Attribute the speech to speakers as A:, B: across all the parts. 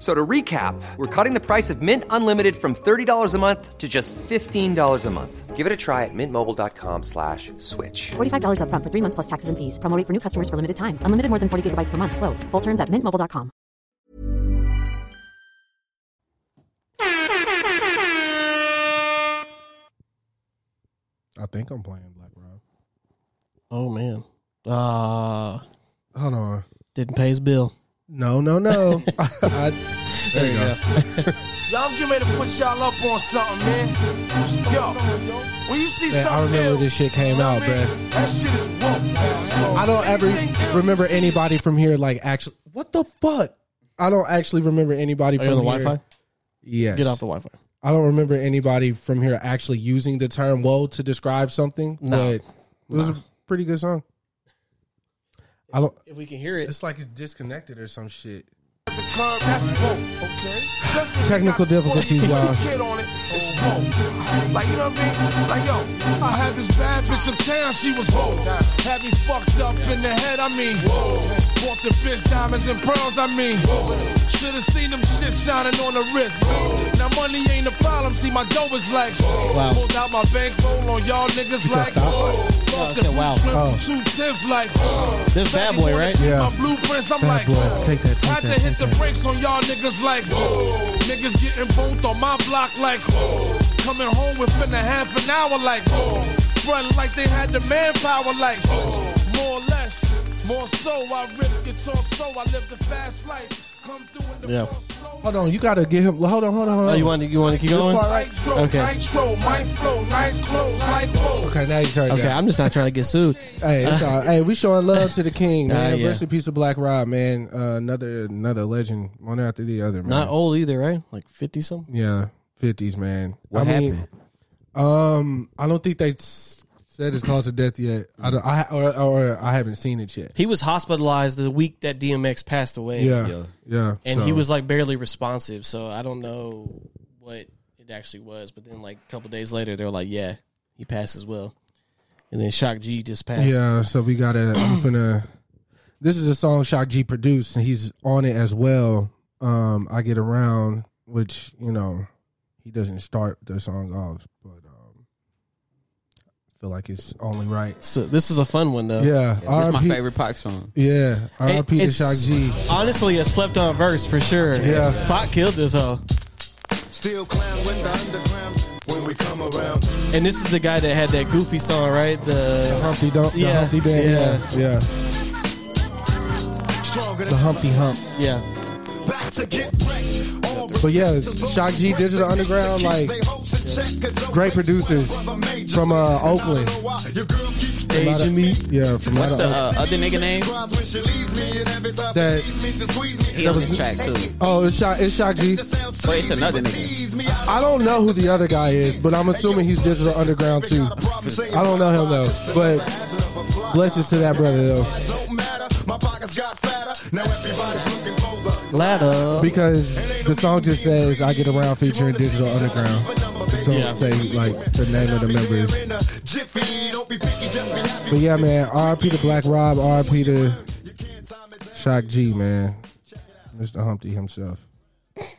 A: So to recap, we're cutting the price of Mint Unlimited from $30 a month to just $15 a month. Give it a try at mintmobile.com slash switch.
B: $45 upfront for three months plus taxes and fees. Promo rate for new customers for limited time. Unlimited more than 40 gigabytes per month. Slows. Full terms at mintmobile.com.
C: I think I'm playing Black Rob.
D: Oh man. Uh
C: Hold on.
D: didn't pay his bill.
C: No, no, no. I, there you go.
E: Y'all, I'm getting ready to put y'all up on something, man. Yo, when you see
C: Man, I
E: something,
C: remember
E: ill,
C: when this shit came out, bruh.
E: That shit is woke.
C: I don't ever remember anybody from here like actually. What the fuck? I don't actually remember anybody
D: Are
C: from
D: you Oh, on the
C: here.
D: Wi Fi?
C: Yes.
D: Get off the Wi Fi.
C: I don't remember anybody from here actually using the term "woe" to describe something.
D: No.
C: But it was a pretty good song. I don't.
D: If we can hear
C: It's like it's disconnected or some shit.
E: The curb, that's woke, okay? Just if
C: Technical
E: you got
C: difficulties,
E: 40
C: y'all.
E: Kid on it, it's woke. Like, you know what I mean? Like, yo, I had this bad bitch in town, she was woke. Had me fucked up in the head, I mean. Bought the bitch diamonds and pearls, I mean. Should've seen them shit shining on the wrist. Now, money ain't a problem, see, my dough is like.
D: Wow.
E: Pulled out my bankroll on y'all niggas like.
C: stop?
D: I said wow.
C: Oh.
E: Two tenth like.
D: This bad boy, right?
C: Yeah.
E: My blueprints, I'm
C: Bad
E: like,
C: boy. Take that, take that,
E: had to hit
C: take
E: the
C: that.
E: brakes on y'all niggas like, niggas getting both on my block like, coming home within a half an hour like, running like they had the manpower like, more or less, more so. I rip guitar so I live the fast life. Come through in the
D: Yeah.
E: ball slow.
C: Hold on, you gotta get him. Hold on, hold on, hold on.
D: Oh, you want to you want to keep going?
C: part right-
E: Nitro,
D: Okay.
E: nitro, my flow, nice clothes, like whoa.
C: okay, now you turn. it
D: Okay,
C: down.
D: I'm just not trying to get sued.
C: Hey, it's all, hey, we showing love to the king, man.
D: Ah, yeah.
C: Rest in peace to Black Rob, man. Uh, another another legend, one after the other, man.
D: Not old either, right? Like fifty something.
C: yeah, fifties, man.
A: What
C: I mean,
A: happened?
C: um, I don't think they s- said his cause of death yet. I don't, I or, or I haven't seen it yet.
D: He was hospitalized the week that DMX passed away.
C: Yeah, yeah,
D: And he
C: so-
D: was like barely responsive, so I don't know what it actually was. But then like a couple days later they're like, Yeah, he passed as well. And then Shock G just passed.
C: Yeah, so we gotta. I'm finna. This is a song Shock G produced, and he's on it as well. Um, I get around, which you know, he doesn't start the song off, but um, I feel like it's only right.
D: So this is a fun one though.
C: Yeah,
F: That's my
C: R.I.P.
F: favorite Pac song.
C: Yeah, R.I.P. to
D: It's
C: Shock G.
D: Honestly, a slept on verse for sure.
C: Yeah.
D: Pac killed this hoe.
E: Still clown when the underground when we come around.
D: And this is the guy that had that goofy song, right? The
C: Humpty Dump, the
D: Yeah,
C: Humpty Band, yeah, yeah,
E: Stronger
C: the
E: than
C: Humpty Hump.
D: yeah.
E: back to get wrecked. All
C: But yeah, Shock G, Digital Underground, like great producers from uh, Oakland.
D: Aging me.
C: Yeah, from
F: What's
C: out
F: the
C: of
F: uh, other nigga name?
C: that.
F: He on this track too.
C: Oh, it's Shock, it's Shock G.
F: But it's another nigga.
C: I don't know who the other guy is, but I'm assuming he's Digital Underground too. I don't know him though, but blessings to that brother though,
D: Ladder.
C: because the song just says I get around featuring Digital Underground. It Don't
D: Yeah.
C: say like the name of the members, but yeah, man. R.P. to Black Rob, R.P. to Shock G, man, Mr. Humpty himself.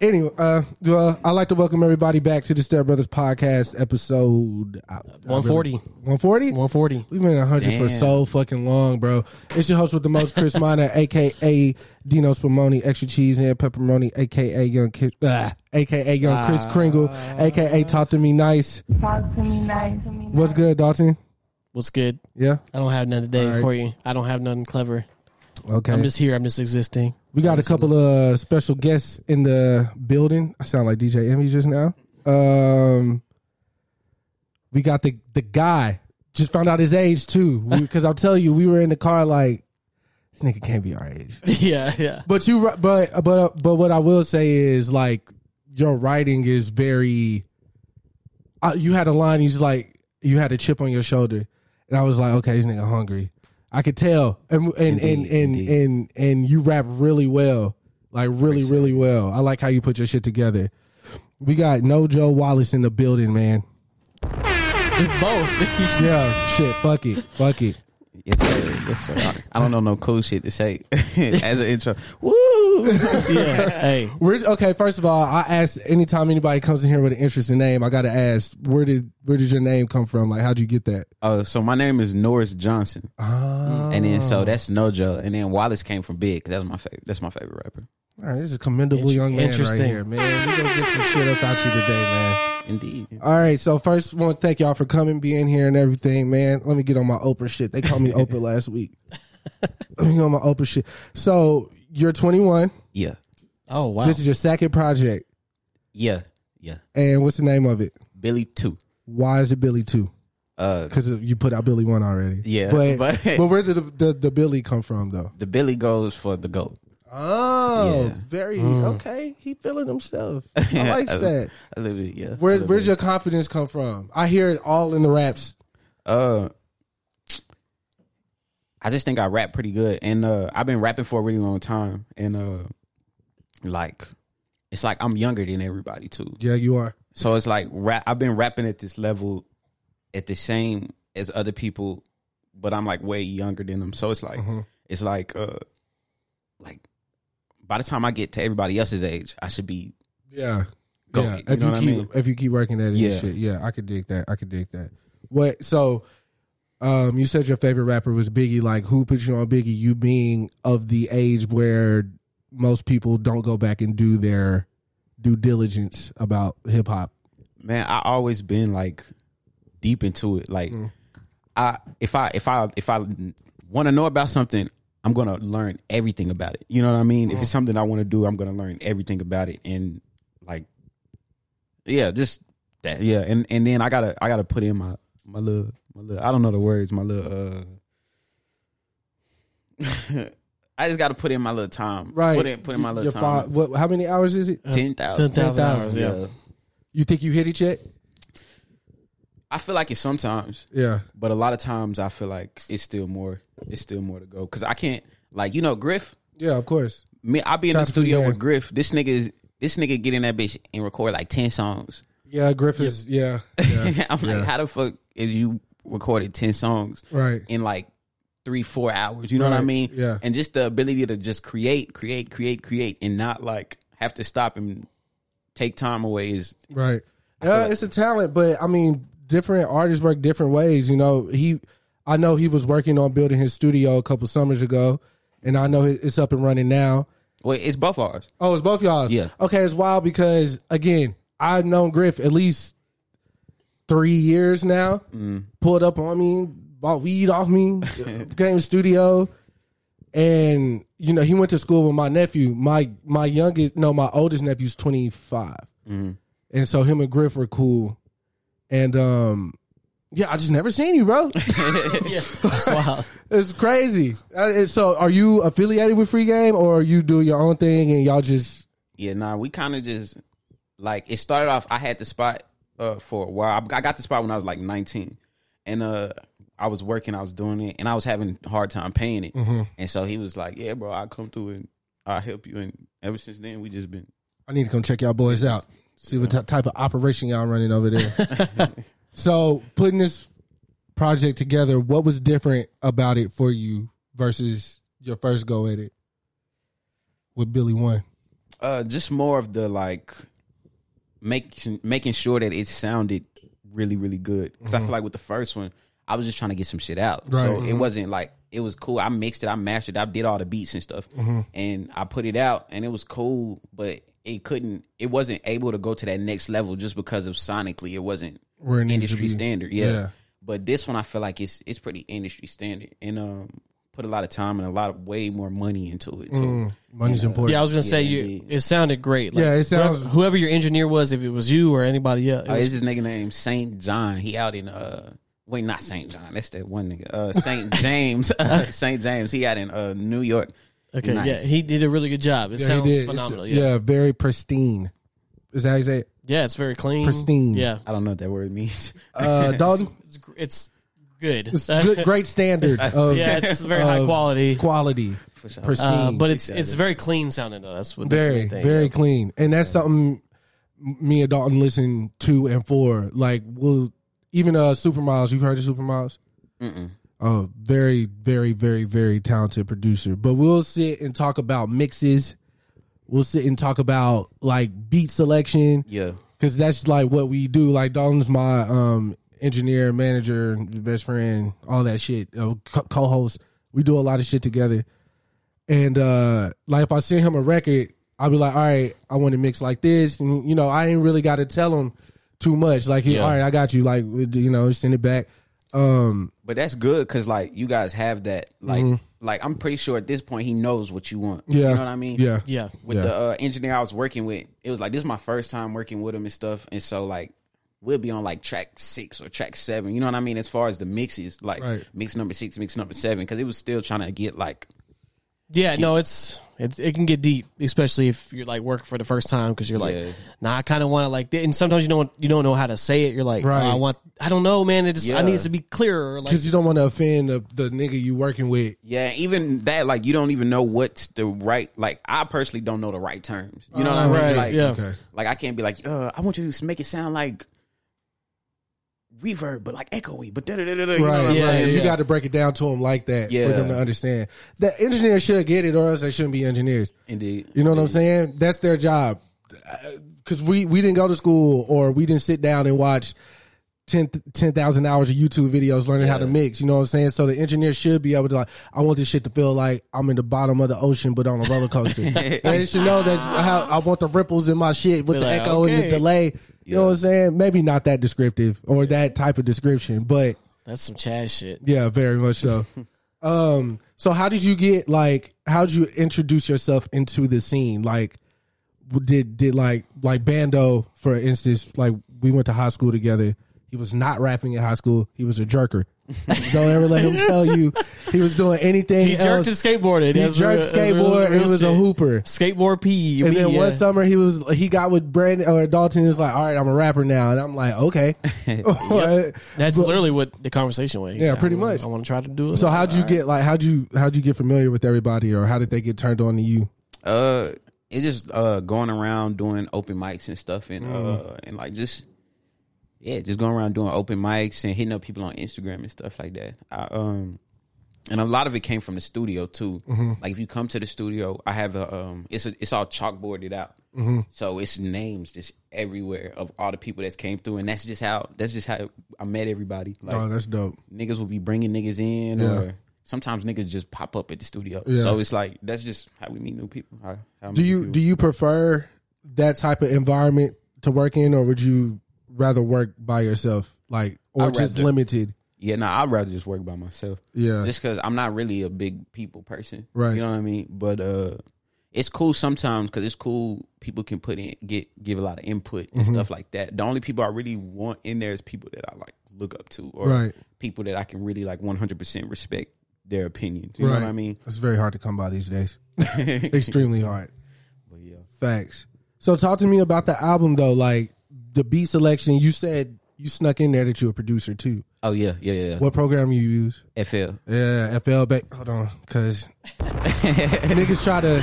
C: Anyway, uh, well, I'd like to welcome everybody back to the Step Brothers podcast episode uh, I- I really-
D: 140.
C: 140?
D: 140.
C: We've been 100 for so fucking long, bro. It's your host with the most, Chris Minor, aka Dino Spumoni, extra cheese and pepperoni, aka Young Kid, uh, aka Young
D: Ah.
C: Chris Kringle, aka Talk to Me Nice.
G: Talk to me nice.
C: What's good, Dalton?
D: What's good?
C: Yeah.
D: I don't have nothing today
C: All right.
D: for you. I don't have nothing clever.
C: Okay.
D: I'm just here. I'm just existing.
C: we got a couple of special guests in the building. I sound like DJ Emmy just now. Um, we got the the guy. Just found out his age too, because I'll tell you, we were in the car like This nigga can't be our age.
D: yeah, yeah.
C: But you, ri- but but but what I will say is like your writing is very. Uh, you had a line. He's like you had a chip on your shoulder, and I was like, okay, this nigga hungry. I could tell, and and and and,
H: Indeed,
C: and
H: indeed.
C: and you rap really well, like really really well. I like how you put your shit together. We got No Joe Wallace in the building, man.
H: Both.
C: Yeah, shit, fuck it, fuck it.
H: Yes, sir. Yes, sir. I, I don't know no cool shit to say as an intro. Woo!
D: yeah. Hey,
C: Where, okay, first of all, I asked anytime anybody comes in here with an interesting name, I gotta ask, where did where did your name come from? Like, how'd you get that?
H: Uh, so my name is Norris Johnson,
C: Ah.
H: and then so that's Nojo, and then Wallace came from Big. That's my favorite. That's my favorite rapper.
C: All right, this is a commendable
D: Int-
C: young man right
D: interesting.
C: here, man. We gonna get some shit up out you today, man.
H: Indeed.
C: All right, so first, want to thank y'all for coming, being here, and everything, man. Let me get on my Oprah shit. They called me Oprah last week. Let me get on my Oprah shit. So you're 21.
H: Yeah.
D: oh wow.
C: This is your second project,
H: Yeah. Yeah.
C: and what's the name of it?
H: Billy Two.
C: Why is it Billy Two?
H: Uh,
C: Because you put out Billy One already.
H: Yeah,
C: but but,
H: but-
C: where did the, the the Billy come from though?
H: the Billy goes for the goat.
C: Oh,
H: Yeah. Mm.
C: very okay. He feeling himself. I
H: Yeah,
C: like
H: a-
C: that.
H: A little bit. Yeah.
C: Where
H: a little
C: where's
H: bit.
C: your confidence come from? I hear it all in the raps.
H: Uh, I just think I rap pretty good, and uh, I've been rapping for a really long time, and uh, like, it's like I'm younger than everybody too.
C: Yeah, you are.
H: So it's like rap. I've been rapping at this level, at the same as other people, but I'm like way younger than them. So it's like it's like uh, like by the time I get to everybody else's age, I should be
C: Yeah.
H: Go-
C: yeah.
H: you
C: If you,
H: know what I
C: keep
H: mean?
C: if you keep working at it yeah.
H: Yeah.
C: shit. Yeah, I could dig that. I could dig that. What so um you said your favorite rapper was Biggie. Like who put you on Biggie? You being of the age where most people don't go back and do their due diligence about hip hop.
H: man. I always been like deep into it. Like
C: Mm.
H: I if I if I if I want to know about something. I'm gonna learn everything about it. You know what I mean?
C: Mm.
H: If it's something I want to do, I'm gonna learn everything about it, and like, yeah, just that, yeah. And and then I gotta I gotta put in my my little my little I don't know the words my little uh. I just gotta put in my little time.
C: Right.
H: Put in put in my little
C: Your
H: time.
C: fi- what how many hours is it?
H: Ten thousand.
D: 10,000
C: hours,
D: yeah.
C: You think you hit it yet?
H: I feel like it sometimes.
C: Yeah.
H: but a lot of times I feel like it's still more. It's still more to go because I can't like you know Griff.
C: Yeah, of course.
H: Me, I be in
C: Shout out
H: the
C: to
H: studio
C: Griff.
H: with Griff. This nigga is this nigga get in that bitch and record like ten songs.
C: Yeah, Griffiths. Yeah. yeah.
H: I'm like, how the fuck is you recorded ten songs
C: Right.
H: in like three four hours? You know what I
C: Right,
H: mean?
C: yeah.
H: And just the ability to just create, create, create, create, and not like have to stop and take time away is
C: Right. Yeah, it's a talent, but I mean, different artists work different ways. You know, he, I know he was working on building his studio a couple summers ago, and I know it- it's up and running now.
H: well, it's both ours.
C: Oh, it's both y'all's.
H: Yeah.
C: Okay, it's wild because again, I've known Griff at least three years now. Pulled up on me, bought weed off me, came to studio, and you know he went to school with my nephew. My my youngest, no, my oldest nephew's twenty and so him and Griff were cool. And um, yeah, I just never seen you, bro.
D: That's wild.
C: It's crazy. Uh, and so, are you affiliated with Free Game, or you do your own thing and y'all just
H: Yeah, nah, we kind of just like it started off. I had the spot uh, for a while. I I got the spot when I was like 19, and uh, I was working, I was doing it, and I was having a hard time paying it. And so he was like, "Yeah, bro, I'll come through and I'll help you." And ever since then, we just been
C: I need to come check y'all boys out. See what t- type of operation y'all running over there. so putting this project together, what was different about it for you versus your first go at it with Billy One?
H: uh, just more of the like making making sure that it sounded really really good because I feel like with the first one, I was just trying to get some shit out,
C: Mm-hmm.
H: so
C: Right. Mm-hmm.
H: it wasn't like it was cool. I mixed it, I mastered, it, I did all the beats and stuff,
C: Mm-hmm.
H: and I put it out, and it was cool, but it couldn't, it wasn't able to go to that next level just because of sonically, it wasn't
C: Where it needed to
H: industry
C: be.
H: standard, yeah.
C: Yeah.
H: But this one, I feel like it's it's pretty industry standard, and um, put a lot of time and a lot of way more money into it. So
C: Mm. Money's important.
D: Yeah, I was gonna say you.
H: indeed.
D: It sounded great. Like,
C: Yeah, it sounds-
D: Whoever, whoever your engineer was, if it was you or anybody else, it
H: Uh,
D: was-
H: it's this nigga named Saint John. He out in uh Wait, not St. John. That's that one nigga. Uh, St. James. Uh, St. James. He out in uh, New York.
D: Okay,
H: Nice.
D: yeah, he did a really good job. It
C: Yeah, he
D: sounds
C: did. It's-
D: phenomenal. yeah. yeah,
C: very pristine. Is that how you say it?
D: it's very clean,
C: Pristine.
D: Yeah,
H: I don't know what that word means.
C: Uh, Dalton,
D: it's, gr- it's good.
C: it's good, great standard of
D: yeah, it's very high
C: of
D: quality.
C: quality, pristine,
D: Uh, but it's it's very clean sounding though. That's what that's the
C: very
D: main thing.
C: very clean. And that's something m- me and Dalton listen to and for. Like we'll even uh Supermiles. You've heard of Supermiles? Oh, very very very very talented producer. But we'll sit and talk about mixes. We'll sit and talk about like beat selection.
H: Yeah.
C: Cause that's like what we do. Like Dalton's my um engineer, manager, best friend, all that shit. Uh, co- co-host. We do a lot of shit together. And uh like if I send him a record, I'll be like, all right, I want to mix like this. And you know, I ain't really got to tell him too much. Like, he, all right, I got you. Like, you know, send it back. Um,
H: But that's good because like you guys have that. Like like I'm pretty sure at this point he knows what you want.
C: Mm-hmm. yeah,
H: You know what I mean?
C: Yeah,
D: Yeah,
H: With
C: Yeah.
H: the uh, engineer I was working with, it was like this is my first time working with him and stuff. And so like we'll be on like track six or track seven. You know what I mean? As far as the mixes, like
C: Right.
H: mix number six, mix number seven, because it was still trying to get like
D: yeah. No, it's it, it can get deep, especially if you're like working for the first time because you're like,
H: Yeah.
D: nah, I kind of want to like. And sometimes you don't you don't know how to say it. You're like,
C: Right.
D: oh, I want, I don't know, man. It just I
H: Yeah.
D: need to be clearer. Like,
C: because you don't want to offend the, the nigga you working with.
H: Yeah, even that, like, you don't even know what's the right. Like, I personally don't know the right terms. You know
C: Oh,
H: what I
D: right,
H: mean? Like,
D: yeah.
C: Okay.
H: like I can't be like, uh, I want you to make it sound like reverb, but like echoey, but da da da da. You know what
C: Right,
H: I'm
C: yeah,
H: saying?
C: You
D: yeah.
C: got to break it down to them like that
H: Yeah.
C: for them to understand. The engineers should get it, or else they shouldn't be engineers.
H: Indeed.
C: You know what I'm saying? That's their job. Because we, we didn't go to school or we didn't sit down and watch 10 10,000 hours of YouTube videos learning how to mix. You know what I'm saying? So the engineer should be able to, like, I want this shit to feel like I'm in the bottom of the ocean, but on a roller coaster. they should know that how I want the ripples in my shit with
D: Be
C: the
D: like,
C: echo and the
D: okay.
C: delay. You know what I'm saying? Maybe not that descriptive or that type of description, but
D: that's some Chad shit.
C: yeah, very much so. um, so how did you get like how did you introduce yourself into the scene? Like w- did did like like Bando, for instance, like we went to high school together. He was not rapping in high school. He was a jerker. Don't ever let him tell you he was doing anything.
D: He jerked
C: else.
D: his skateboard.
C: He jerked skateboard. and It was a hooper.
D: Skateboard P.
C: And then
D: media.
C: one summer he was he got with Brandon or Dalton. He was like, "All right, I'm a rapper now," and I'm like, "Okay."
D: That's literally what the conversation was. He
C: Yeah,
D: said,
C: pretty
D: I wanna-
C: much.
D: I want to try to do it.
C: So how'd you get like how'd you how'd you get familiar with everybody or how did they get turned on to you?
H: Uh, it just uh going around doing open mics and stuff, and uh, and like just yeah, just going around doing open mics and hitting up people on Instagram and stuff like that. I, um, and a lot of it came from the studio too. Like if you come to the studio, I have a um, it's a, it's all chalkboarded out, so it's names just everywhere of all the people that's came through, and that's just how that's just how I met everybody. Like
C: oh, that's dope.
H: niggas will be bringing niggas in,
C: Yeah.
H: or sometimes niggas just pop up at the studio.
C: Yeah.
H: So it's like that's just how we meet new people. How, how
C: Do you
H: people.
C: do you prefer that type of environment to work in or would you rather work by yourself? Like or
H: I'd
C: just
H: rather.
C: limited?
H: Yeah, no, I'd rather just work by myself.
C: Yeah.
H: Just because I'm not really a big people person.
C: Right.
H: You know what I mean? But uh, it's cool sometimes because it's cool. People can put in, get, give a lot of input and
C: Mm-hmm.
H: stuff like that. The only people I really want in there is people that I like look up to or
C: Right.
H: people that I can really like 100% respect their opinions. You know what I mean?
C: It's very hard to come by these days. Extremely hard. Facts. So talk to me about the album though, like the beat selection. You said you snuck in there that you a producer too.
H: Oh, yeah, yeah, yeah.
C: What program you use?
H: FL.
C: Yeah, FL back. Hold on, cause niggas try to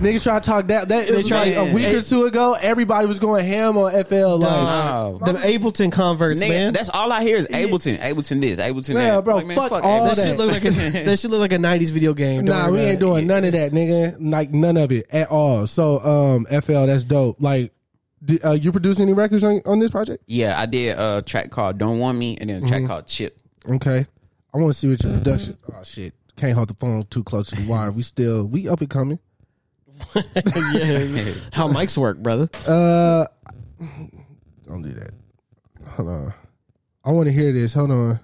C: niggas try to talk that. That it was
D: try-
C: like a week or two ago. Everybody was going ham on FL. Like,
H: Oh.
D: the Ableton converts,
H: Nigga,
D: man.
H: that's all I hear is Ableton, Ableton this, Ableton
C: Yeah,
H: that.
C: bro,
H: Like, man,
C: fuck all
H: Ableton.
D: that shit
C: that.
D: look like a, that shit look like a '90s video game. Don't
C: nah,
D: worry
C: we
D: about
C: ain't
D: it.
C: doing none of that, nigga. Like none of it at all. So, um, FL, that's dope. Like, di- uh, you produce any records on, on this project?
H: Yeah, I did a track called "Don't Want Me" and then a track called "Chip."
C: Okay, I want to see what your production. Oh shit, can't hold the phone too close to the wire. We still we up and coming.
D: Yeah. How mics work, brother?
C: Uh, don't do that. Hold on. I want to hear this. Hold on.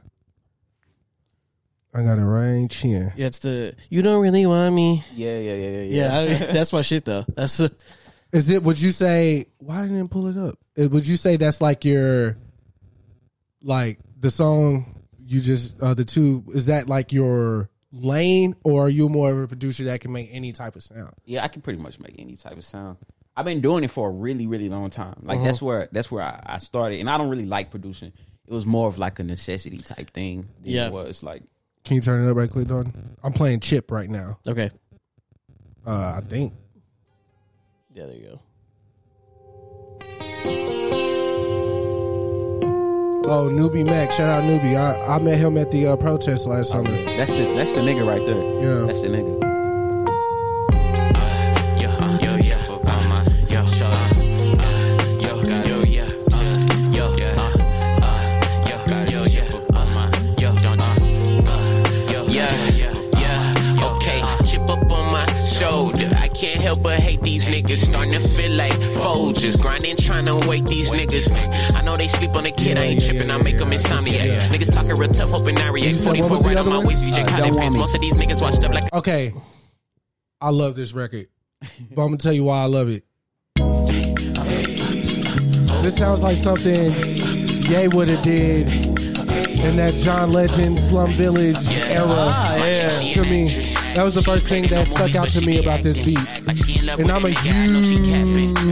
C: I got a rain chin.
D: Yeah, it's the you don't really want me.
H: Yeah, yeah, yeah, yeah.
D: Yeah, I, that's my shit though. That's the,
C: Is it? Would you say? Why didn't it pull it up? Uh, Would you say that's like your, like the song you just uh, the two is that like your lane or are you more of a producer that can make any type of sound?
H: yeah, I can pretty much make any type of sound. I've been doing it for a really, really long time. Like that's where that's where I, I started, and I don't really like producing. It was more of like a necessity type thing. Than
D: Yeah.
H: it was like
C: Can you turn it up right quick, Don? I'm playing chip right now.
D: Okay.
C: Uh, I think.
D: Yeah, there you go.
C: Oh, newbie Mac, shout out newbie. I, I met him at the uh, protest last summer.
H: that's the that's the nigga right there.
C: Yeah.
H: that's the nigga.
E: Yo, yo, yeah, uh, my, yo, so, uh, uh, yo, got, yo, yeah, uh, yo, yeah, uh, uh, yo, got, yo, yeah, uh, my, yo, don't, uh, uh, yo, yeah, yeah, yeah, okay, chip up on my shoulder. I can't help but hate these niggas, starting to feel like Folgers, grinding, trying to wake these niggas. I know they sleep on the kid, I ain't tripping, I make them insomniacs. Niggas talking real tough, hoping I react.
C: said, what was
E: 44
C: the
E: right on
C: other
E: my
C: one? Uh,
E: waist, VJ Cotton
H: want
E: pants.
H: me.
E: Most of these niggas washed up like
C: Okay, I love this record, but I'm gonna tell you why I love it. This sounds like something Ye would have did in that John Legend Slum Village era to me. That was the first thing that stuck out to me about this beat.
E: And
C: I'm a huge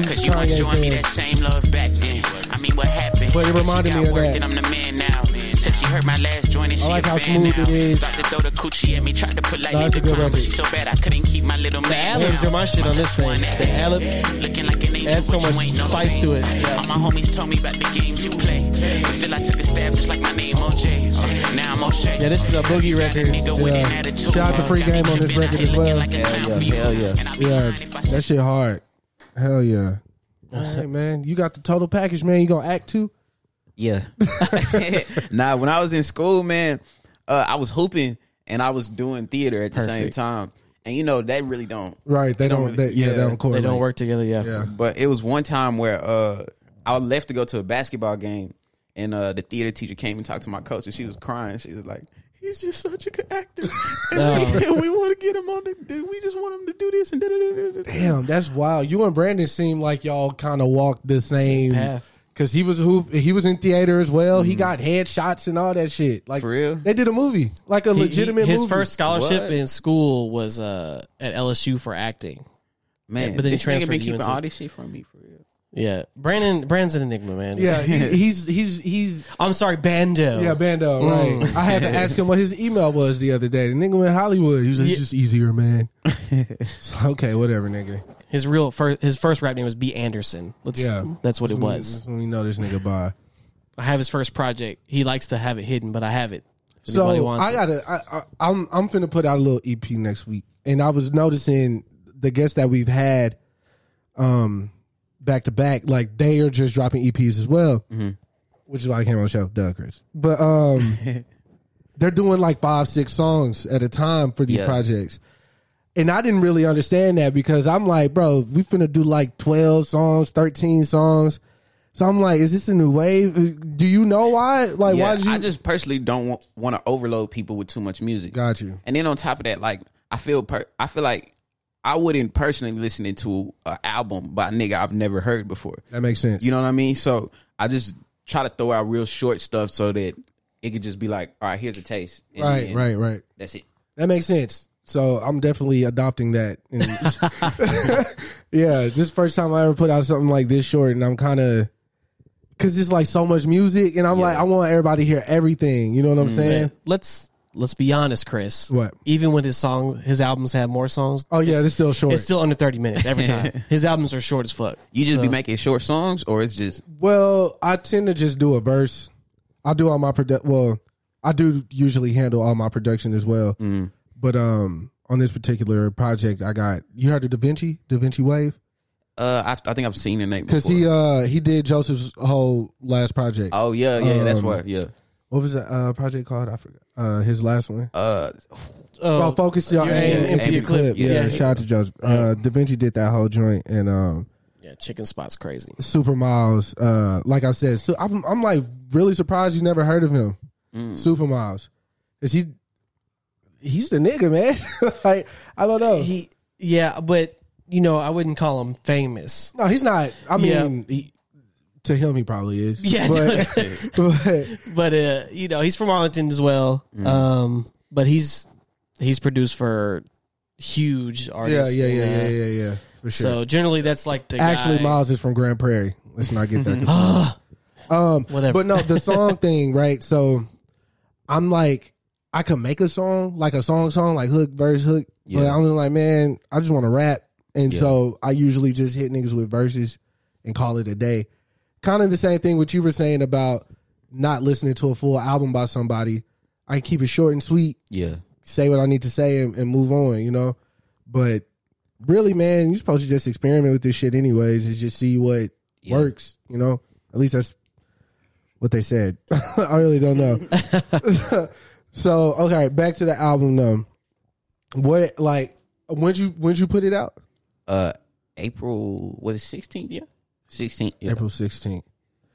E: Cause you weren't
C: Kanye
E: showing me
C: fan.
E: that same love back then. I mean, what happened?
C: But it reminded
E: she
C: me
E: got
C: of
E: work
C: that.
E: and I'm the man now. Said she heard my last joint and she
C: like
E: a
C: how
E: fan
C: smooth
E: now.
C: it is.
E: Tried to throw the coochie at me, tried to put
C: No,
E: lightning
C: it's a good
E: decline, but
C: record.
E: she so bad I couldn't keep my little
D: The
E: man.
D: ad libs
E: down.
D: are my shit on this thing. The ad lib.
E: Looking like an angel,
D: Adds so
E: but you
D: much
E: ain't no
D: spice
E: saint.
D: to it. Yeah.
E: All my homies told me about the games you play. But still, I took a stab just like my name, OJ. Uh, Now I'm O'Shea.
D: Yeah, this is a boogie record.
C: Yeah. Shout out to Free Game on this record as well.
E: Hell yeah, hell yeah.
C: Yeah, that shit hard. Hell yeah. Hey man, you got the total package, man. You gonna act too?
H: Yeah. nah, when I was in school, man, uh, I was hooping and I was doing theater at the same
D: Perfect.
H: time, and you know that really don't
C: Right? They don't.
H: really-
C: they, yeah, they don't
D: They
C: correlate.
D: don't work together. Yeah.
C: Yeah.
H: But it was one time where uh, I left to go to a basketball game, and uh, the theater teacher came and talked to my coach, and she was crying. She was like, "He's just such a good actor, and, we, want to get him on. The, we just want him to do this and da da da da."
C: Damn, that's wild. You and Brandon seem like y'all kind of walked the same
D: path. Mm-hmm.
C: Cause he was who he was in theater as well. He got headshots and all that shit. Like
H: For real?
C: they did a movie, like a
D: He- he-
C: legitimate
D: his
C: movie.
D: first scholarship
H: What?
D: in school was uh, at LSU for acting.
H: Man,
D: but then he
H: this nigga
D: transferred
H: been
D: to
H: keeping
D: UNC.
H: all this shit from me for real.
D: Yeah, Brandon. Brandon's an enigma, man.
C: yeah, he, he's he's he's
D: I'm sorry, Bando.
C: yeah, Bando.
H: Mm.
C: Right. I had to ask him what his email was the other day. The nigga went Hollywood. He was like, it's just easier, man. It's like, okay, whatever, nigga.
D: His real first, his first rap name was B Anderson. Let's,
C: Yeah,
D: that's what it
C: when-
D: was.
C: When we know this nigga by.
D: I have his first project. He likes to have it hidden, but I have it. If anybody
C: So
D: wants
C: I
D: it.
C: gotta. I, I, I'm I'm finna put out a little EP next week, and I was noticing the guests that we've had, um, back to back, like they are just dropping EPs as well,
H: Mm-hmm.
C: which is why I came on the show, Doug Chris. But um, they're doing like five six songs at a time for these
H: Yeah.
C: projects. And I didn't really understand that because I'm like, bro, we finna do like 12 songs, 13 songs. So I'm like, is this a new wave? Do you know why? Like, why
H: Yeah,
C: did you?
H: I just personally don't want, want to overload people with too much music.
C: Got you.
H: And then on top of that, like I feel, per- I feel like I wouldn't personally listen to an album by a nigga I've never heard before.
C: That makes sense.
H: You know what I mean? So I just try to throw out real short stuff so that it could just be like, all right, here's a taste. And-
C: Right,
H: and
C: right, right.
H: That's it.
C: That makes sense. So I'm definitely adopting that. And- yeah, this is the first time I ever put out something like this short, and I'm kind of because it's like so much music, and I'm like, I want everybody to hear everything. You know what I'm
H: Mm,
C: saying?
D: let's let's be honest, Chris.
C: What?
D: Even when his song, his albums have more songs.
C: Oh yeah,
D: it's,
C: it's still short.
D: it's still under thirty minutes every time. his albums are short as fuck.
H: You just be making short songs, or it's just
C: well, I tend to just do a verse. I do all my produ Well, I do usually handle all my production as well.
H: Mm.
C: But um, on this particular project, I got you heard of Da Vinci, Da Vinci Wave,
H: uh, I've, I think I've seen the name
C: because
H: before.
C: he uh he did Joseph's whole last project.
H: oh yeah, yeah, that's
C: um,
H: why. Yeah,
C: what was that uh, project called? I forgot. Uh, his last one.
H: uh,
C: oh,
D: Um,
C: focus your
D: yeah,
C: aim
D: yeah,
C: into
D: aim
C: your
D: to
C: clip.
D: clip.
C: Yeah,
D: Yeah.
C: shout out to Joseph. Uh, da Vinci did that whole joint, and um,
D: Yeah, Chicken Spot's crazy.
C: Super Miles. Uh, like I said, so I'm, I'm like really surprised you never heard of him.
D: Mm.
C: Super Miles, is he? He's the nigga, man. like I don't know.
D: He, yeah, but you know, I wouldn't call him famous.
C: no, he's not. I
D: Yeah.
C: mean, he, to him, he probably is.
D: Yeah,
C: but, but
D: but uh, you know he's from Arlington as well. Um, but he's he's produced for huge
C: yeah, yeah,
D: artists.
C: yeah,
D: and,
C: yeah,
D: uh,
C: yeah, yeah, for sure.
D: So generally, that's like the
C: Actually,
D: guy-
C: Miles is from Grand Prairie. Let's not get that. confused.
D: Ah.
C: um,
D: Whatever.
C: But no, the song thing, right? So I'm like, I could make a song, like a song, song, like hook, verse, hook. But
H: Yeah.
C: I'm like, man, I just want to rap, and
H: Yeah.
C: so I usually just hit niggas with verses and call it a day. Kind of the same thing what you were saying about not listening to a full album by somebody. I keep it short and sweet
H: Yeah.
C: say what I need to say and, and move on, you know. But really, man, you're supposed to just experiment with this shit, anyways, and just see what
H: Yeah.
C: works, you know. At least that's what they said. I really don't know. so okay, back to the album though. What like when you when you put it out?
H: Uh, April was it sixteenth? Yeah, sixteenth. Yeah.
C: April sixteenth.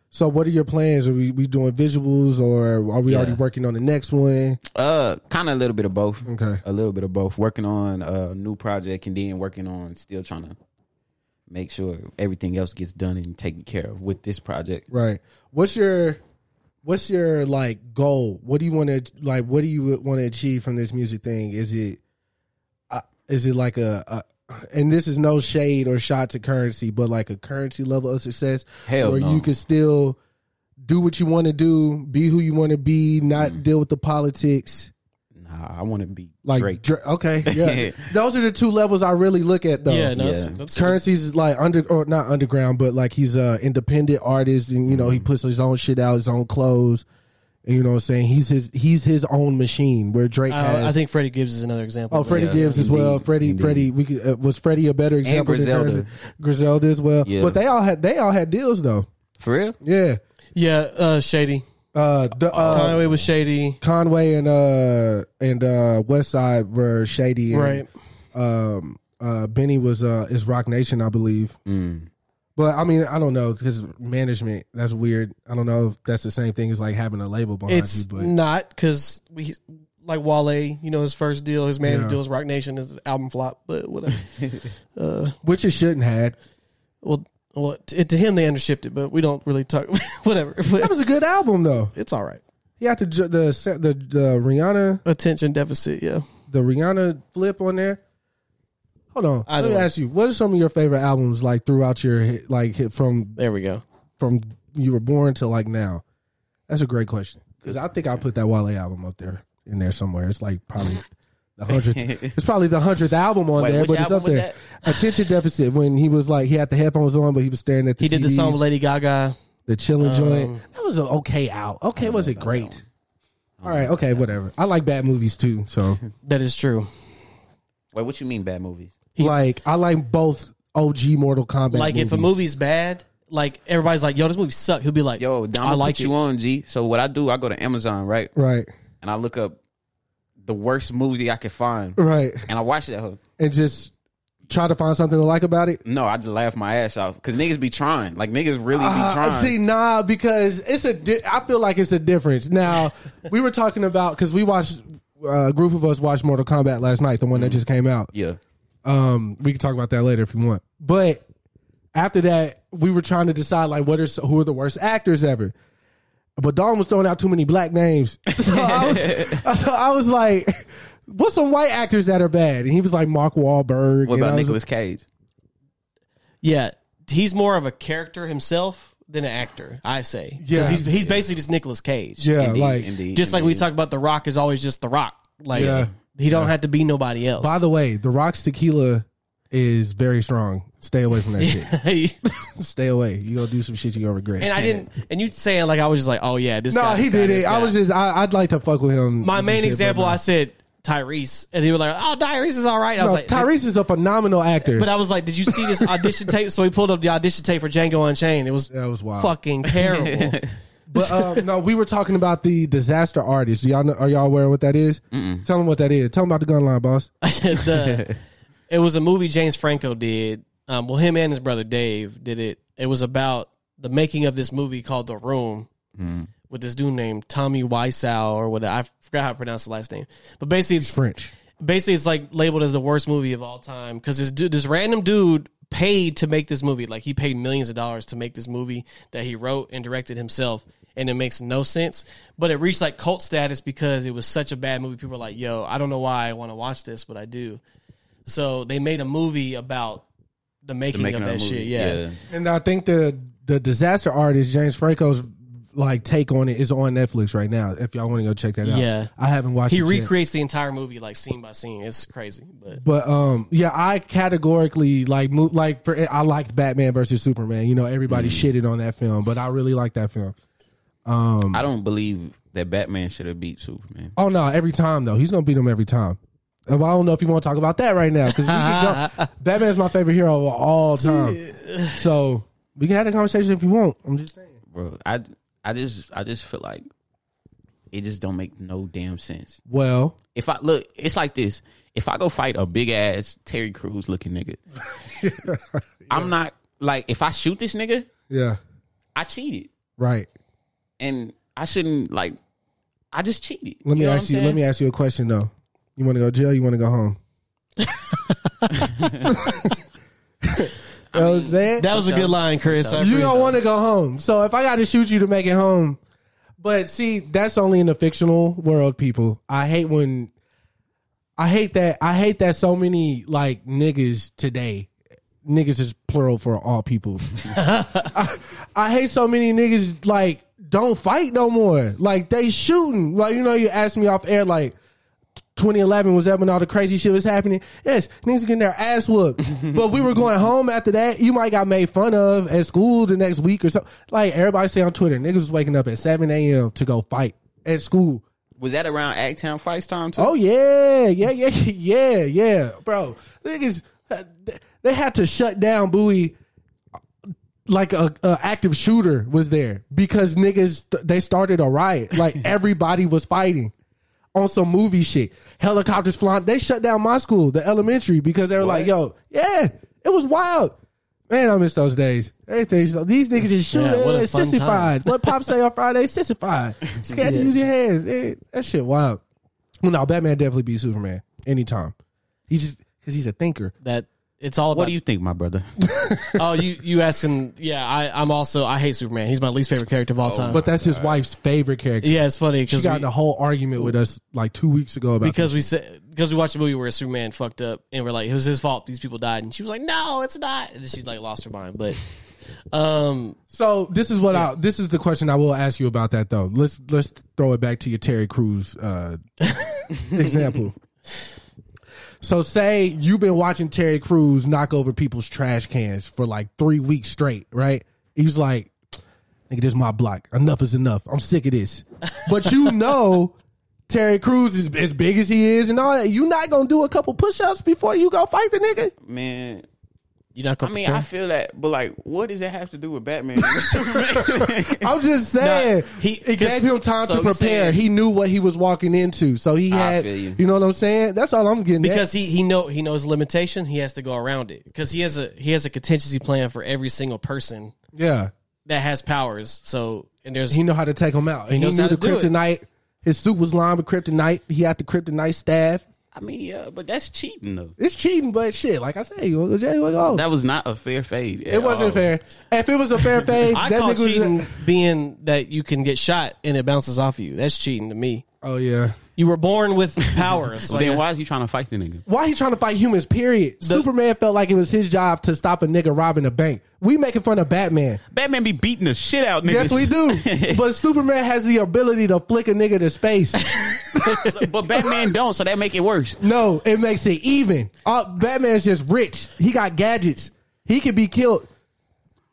C: So what are your plans? Are we, we doing visuals or are we
H: Yeah.
C: already working on the next one?
H: Uh, kind of a little bit of both.
C: Okay.
H: A little bit of both. Working on a new project and then working on still trying to make sure everything else gets done and taken care of with this project.
C: Right. What's your what's your like goal? What do you want to like what do you want to achieve from this music thing? Is it uh, is it like a, a and this is no shade or shot to currency, but like a currency level of success
H: Hell
C: where
H: no.
C: you can still do what you want to do, be who you want to be, not
H: Mm.
C: deal with the politics.
H: Nah, I want to be
C: Like
H: Drake.
C: Dra- okay, yeah. Those are the two levels I really look at though.
D: Yeah, no,
H: Yeah.
D: That's, that's
C: Currency's is like under or not underground, but like he's a independent artist, and you know
H: Mm-hmm.
C: he puts his own shit out, his own clothes. And you know what I'm saying? He's his he's his own machine. Where Drake
D: Oh, I,
C: has
D: I think Freddie Gibbs is another example.
C: oh
D: of that.
C: Freddie
H: Yeah,
C: Gibbs as well.
H: indeed,
C: Freddie
H: indeed.
C: Freddie we could, uh, was Freddie a better example
H: Griselda.
C: than Currency? Griselda as well.
H: Yeah.
C: But they all had they all had deals though.
H: For real?
C: Yeah,
D: yeah, uh, Shady.
C: uh, the, uh,
D: Conway was Shady.
C: Conway and uh and uh Westside were shady. And,
D: Right.
C: um uh Benny was uh is Rock Nation, I believe.
D: Mm.
C: But I mean, I don't know because management. That's weird. I don't know if that's the same thing as like having a label behind
D: It's
C: you. But
D: not because we like Wale. You know, his first deal, his manager
C: Yeah.
D: deal is Rock Nation, his album flop. But whatever.
C: which it shouldn't have.
D: well, well, to, to him they undershipped it, but we don't really talk. whatever.
C: That was a good album though.
D: it's all right.
C: He had the ju- the se- the the Rihanna
D: Attention deficit. Yeah.
C: the Rihanna flip on there. Hold on,
D: I
C: let me
D: don't-
C: ask you. What are some of your favorite albums like throughout your hit- like hit from
D: There we go.
C: from you were born to like now? That's a great question because I think I put that Wale album up there in there somewhere. It's like probably the hundredth. it's probably the hundredth album on
H: Wait,
C: there,
H: which
C: but it's
H: album
C: up
H: was
C: there. Attention deficit when he was like he had the headphones on, but he was staring at the
D: He did the
C: TVs,
D: song Oh. with Lady Gaga.
C: the chilling joint. That was an okay out. Okay, was it great? All right, okay, whatever. I like bad movies too, so
D: That is true.
H: Wait, what you mean bad movies?
C: like I like both OG Mortal Kombat.
D: like if a
C: movies.
D: movie's bad, like everybody's like, "Yo, this movie sucked." He'll be like,
H: Yo, I'm
D: I like
H: put you
D: it."
H: on G. So what I do, I go to Amazon, right?
C: right,
H: And I look up the worst movie I could find,
C: right,
H: and I watch that. hoe.
C: and just try to find something to like about it.
H: No, I just laugh my ass off because niggas be trying. Like niggas really be
C: Uh,
H: trying.
C: see, nah, because it's a. Di- I feel like it's a difference. Now we were talking about because we watched uh, a group of us watched Mortal Kombat last night, the one that just came out.
H: Mm-hmm. yeah,
C: Um, we can talk about that later if you want. But after that, we were trying to decide like what are s- who are the worst actors ever. But Dawn was throwing out too many black names, so I was, I was like, "What's some white actors that are bad?" And he was like Mark Wahlberg.
H: what
C: and I
H: about
C: was
H: Nicolas Cage?
D: Yeah, he's more of a character himself than an actor. I say,
C: Yeah.
D: because he's he's basically just Nicolas
C: Like,
D: Cage.
C: yeah,
H: Indeed,
C: like
H: indeed,
D: just like we
H: indeed.
D: talked about, The Rock is always just The Rock. Like
C: Yeah.
D: he don't have to be nobody else.
C: By the way, The Rock's tequila is very strong. Stay away from that shit. Stay away. You gonna do some shit you gonna regret.
D: and I didn't. And you saying like I was just like, "Oh yeah, this."
C: no,
D: guy,
C: he
D: this guy,
C: did
D: this
C: it. I
D: guy."
C: was just. I, I'd like to fuck with him.
D: my
C: with
D: main
C: this shit,
D: example.
C: but no.
D: I said Tyrese, and he was like, "Oh, Tyrese is all right." I was
C: No,
D: like,
C: Tyrese is a phenomenal actor.
D: But I was like, "Did you see this audition tape?" So he pulled up the audition tape for Django Unchained. It was
C: That was wild.
D: fucking terrible.
C: But uh, no, we were talking about the disaster artist. Do y'all know, are y'all aware what that is? Tell them what that is. Tell them about the gun line, boss.
D: The- it was a movie James Franco did. Um, well, him and his brother Dave did it. It was about the making of this movie called The Room with this dude named Tommy Wiseau or what I forgot how to pronounce the last name. But basically, it's
C: French.
D: basically it's like labeled as the worst movie of all time because this dude, this random dude, paid to make this movie. Like he paid millions of dollars to make this movie that he wrote and directed himself, and it makes no sense. But it reached like cult status because it was such a bad movie. People were like, "Yo, I don't know why I want to watch this, but I do." So they made a movie about the making,
H: making
D: of
H: of
D: that
H: the
D: shit.
H: movie.
D: Yeah.
H: Yeah.
C: And I think the the disaster artist James Franco's like take on it is on Netflix right now. If y'all want to go check that out,
D: Yeah.
C: I haven't watched.
D: He
C: it yet.
D: recreates the entire movie like scene by scene. It's crazy, but
C: But um, yeah, I categorically like mo- like for I liked Batman versus Superman. You know, everybody
H: Mm-hmm.
C: shitted on that film, but I really like that film.
H: I don't believe that Batman should have beat Superman.
C: Oh no, every time though, he's gonna beat him every time. Uh, well, I don't know if you want to talk about that right now because Batman's my favorite hero of all time. So we can have a conversation if you want. I'm just saying.
H: Bro, I I just I just feel like it just don't make no damn sense.
C: Well,
H: If I look, it's like this. If I go fight a big ass Terry Crews looking nigga, I'm not like if I shoot this nigga,
C: yeah,
H: I cheated.
C: right.
H: And I shouldn't like I just cheated.
C: Let me
H: know what
C: ask
H: I'm
C: you. Let
H: saying?
C: me ask you a question though. You want to go to jail? You want to go home? you know what I'm saying?
D: that was a good line, Chris. I
C: you don't
D: appreciate
C: want to go home. So if I got to shoot you to make it home, but see, that's only in the fictional world, people. I hate when I hate that I hate that so many like niggas today. Niggas is plural for all people. I, I hate so many niggas like don't fight no more. Like they shooting. Like you know, you asked me off air like 2011 was that when all the crazy shit was happening? Yes, niggas getting their ass whooped. but we were going home after that. You might got made fun of at school the next week or something. Like everybody say on Twitter, niggas was waking up at 7 a.m. to go fight at school.
H: Was that around Act Town Fights time too?
C: Oh yeah, yeah, yeah, yeah, yeah, bro. Niggas, uh, th- they had to shut down Bowie. uh, Like a, a active shooter was there because niggas th- they started a riot. Like everybody was fighting on some movie shit. Helicopters flying. They shut down my school, the elementary, because they were like, "Yo, yeah, it was wild." Man, I miss those days. Everything's these niggas just shoot.
D: Yeah, what a
C: eh,
D: fun
C: sissified. What pops say on Friday? Sissified. Scared to use your hands. Eh, that shit wild. Well, no, Batman definitely beat Superman anytime. He just because he's a thinker.
D: that it's all about
H: What do you think, my brother?
D: oh, you you asking? Yeah, I, I'm also. I hate Superman. He's my least favorite character of all time.
C: Oh. But that's his wife's favorite character.
D: yeah, it's funny
C: she
D: because
C: got in
D: we,
C: a whole argument with us like two weeks ago about
D: because we said because we watched a movie where Superman fucked up and we're like it was his fault. These people died, and she was like, no, it's not. And she like lost her mind. But um,
C: So this is what I this is the question I will ask you about that though. Let's let's throw it back to your Terry Crews uh, example. So say you've been watching Terry Crews knock over people's trash cans for like three weeks straight, right? He's like, "Nigga, this is my block. Enough is enough. I'm sick of this." But you know, Terry Crews is as big as he is and all that. You not gonna do a couple push ups before you go fight the nigga?
H: Man,
D: you're not
H: I
D: gonna.
H: mean, I feel that, but like, what does that have to do with Batman? and Superman?
C: I'm just saying.
D: he-
C: it gave him time
H: so
C: to
H: you
C: prepare.
H: saying-
C: he knew what he was walking into, so he
H: I
C: had.
H: feel
C: You.
H: you.
C: know what I'm saying? That's all I'm getting.
D: because he he know he knows limitation. He has to go around it because he has a he has a contingency plan for every single person
C: at. yeah,
D: that has powers. So and there's
C: he knew how to take him out, and he,
D: knows
C: knew
D: how
C: the
D: to do it.
C: kryptonite. His suit was lined with kryptonite. He had the kryptonite staff.
H: I mean, yeah, but that's cheating though.
C: It's cheating, but shit, like I said, you wanna go to jail, you wanna go.
H: That was not a fair fade. at
C: it wasn't
H: all.
C: fair. If it was a fair fade,
D: I
C: that
D: call
C: nigga was.
D: cheating being that you can get shot and it bounces off you. That's cheating to me.
C: oh yeah.
D: You were born with powers.
H: then
D: Like,
H: why is he trying to fight the nigga?
C: Why he trying to fight humans? Period. Superman felt like it was his job to stop a nigga robbing a bank. We making fun of Batman.
H: Batman be beating the shit out
C: Yes,
H: niggas.
C: we do. but Superman has the ability to flick a nigga to space.
H: but Batman don't, so that make it worse.
C: No, it makes it even. Uh, Batman's just rich. He got gadgets. He could be killed.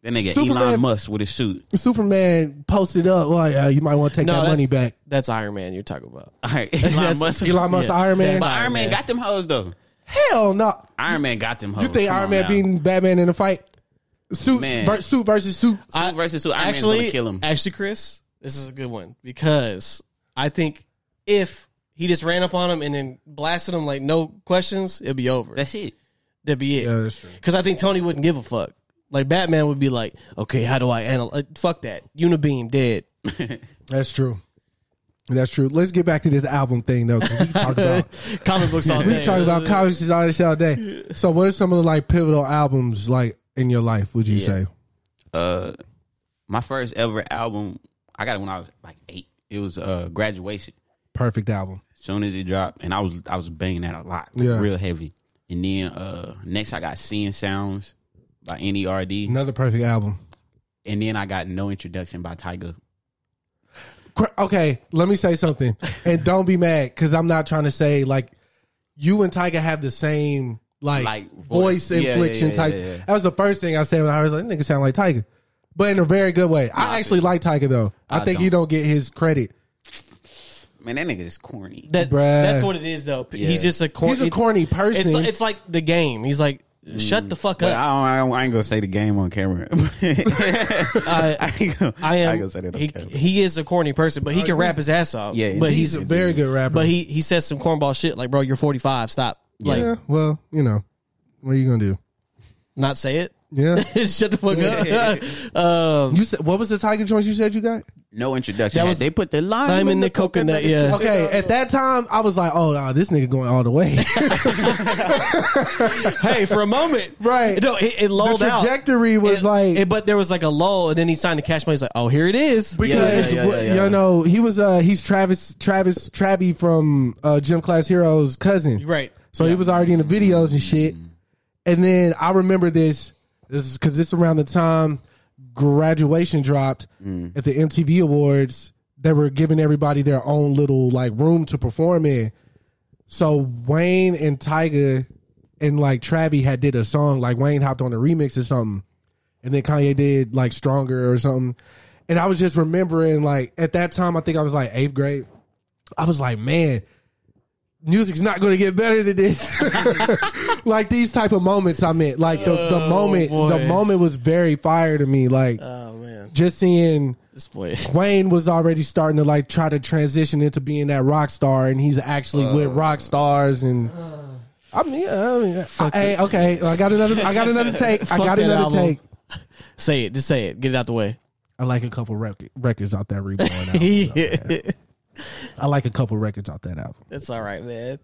H: That nigga
C: Superman-
H: Elon Musk with his suit.
C: Superman posted up, like, uh, you might want to take that
D: that's-
C: money back.
D: That's Iron Man you're talking about.
H: All right, Elon Musk.
C: Elon Musk, Iron Man.
H: But
D: Iron
H: Iron Man
D: Man.
H: got them hoes though.
C: Hell no.
H: Iron Man got them hoes.
C: You think
H: Oh, Come
C: Iron
H: on
C: Man
H: now.
C: beating Batman in a fight? Suit,
H: Man.
C: ver- suit versus suit.
H: suit versus suit? Iron
D: actually,
H: Man's gonna kill him.
D: Actually, Chris, this is a good one because I think if he just ran up on him and then blasted him like no questions, it'd be over.
H: That's it.
D: That'd be
C: Yeah,
D: it.
C: that's true.
D: Because I think Tony wouldn't give a fuck. Like Batman would be uh, like, okay, how do I analyze? Fuck that. Unibeam dead.
C: That's true. That's true. Let's get back to this album thing though. 'cause We can talk about
D: Comic books all
C: we can
D: day.
C: talk about comics and all this all day. So, what are some of the like pivotal albums like in your life? Would you say?
H: uh my first ever album I got it when I was like eight. It was uh graduation.
C: Perfect album.
H: As soon as it dropped, and I was I was banging that a lot, like,
C: Yeah.
H: real heavy. And then uh next I got Seeing Sounds by N.E.R.D.
C: Another perfect album.
H: And then I got No Introduction by Tyga.
C: Cra- Okay, let me say something, and don't be mad because I'm not trying to say like you and Tiger have the same like,
H: Like,
C: voice,
H: voice. Yeah, yeah,
C: infliction
H: yeah,
C: type.
H: yeah, yeah.
C: That was the first thing I said when I was like, "Nigga sound like Tiger," but in a very good way. I actually like Tiger though. I,
H: I
C: think you don't get his credit.
H: Man, that nigga is corny.
D: That,
C: Bruh.
D: that's what it is, though. He's just a corny.
C: He's a corny person.
D: It's, it's like the game. He's like, shut the fuck
H: But
D: up.
H: I, don't, I, ain't gonna say the game on camera. I, ain't gonna,
D: I am.
H: ain't gonna say that on
D: he,
H: camera.
D: he is a corny person,
C: Uh,
D: but he can rap his ass off.
H: Yeah,
D: but
C: he's
D: he's,
C: a very good rapper.
D: but he he says some cornball shit like, bro, you're 45. Stop. Like,
C: yeah, well, you know, what are you gonna do?
D: not say it.
C: Yeah,
D: shut the fuck up. um,
C: you said what was the Tiger joint you said you got?
H: No introduction.
D: That was-
H: they put the lime,
D: I'm in the coconut. Yeah.
C: Okay, at that time I was like, oh, nah, this nigga going all the way.
D: hey, for a moment,
C: Right.
D: No, it, it lulled
C: The
D: out.
C: trajectory was
D: It-
C: like-
D: it- but there was like a lull, and then he signed the cash money. He's like, "Oh, here it is."
C: because
H: yeah, yeah, yeah, yeah.
C: you know he was uh he's Travis Travis Travi from uh, Gym Class Heroes cousin,
D: right.
C: So he was already in the videos and shit.
H: Mm.
C: And then I remember this this is because this around the time graduation dropped
H: Mm.
C: at the MTV Awards. They were giving everybody their own little like room to perform in. So Wayne and Tyga and like Travi had did a song like Wayne hopped on a remix or something, and then Kanye did like Stronger or something. And I was just remembering like at that time I think I was like eighth grade. I was like, man, music's not going to get better than this. like these type of moments I meant, like the, the moment, the
D: Oh, boy.
C: moment was very fire to me. Like
D: Oh man,
C: just seeing
D: this boy.
C: Wayne was already starting to like try to transition into being that rock star, and he's actually
D: Oh.
C: with rock stars. And I mean, I mean I, hey, okay, I got another, I got another take, I
D: Fuck
C: got
D: that
C: another
D: album.
C: take.
D: Say it. Just say it. Get it out the way.
C: I like a couple rec- records out that reborn. album.
D: That's
C: I like a couple records out that album.
D: all right, man.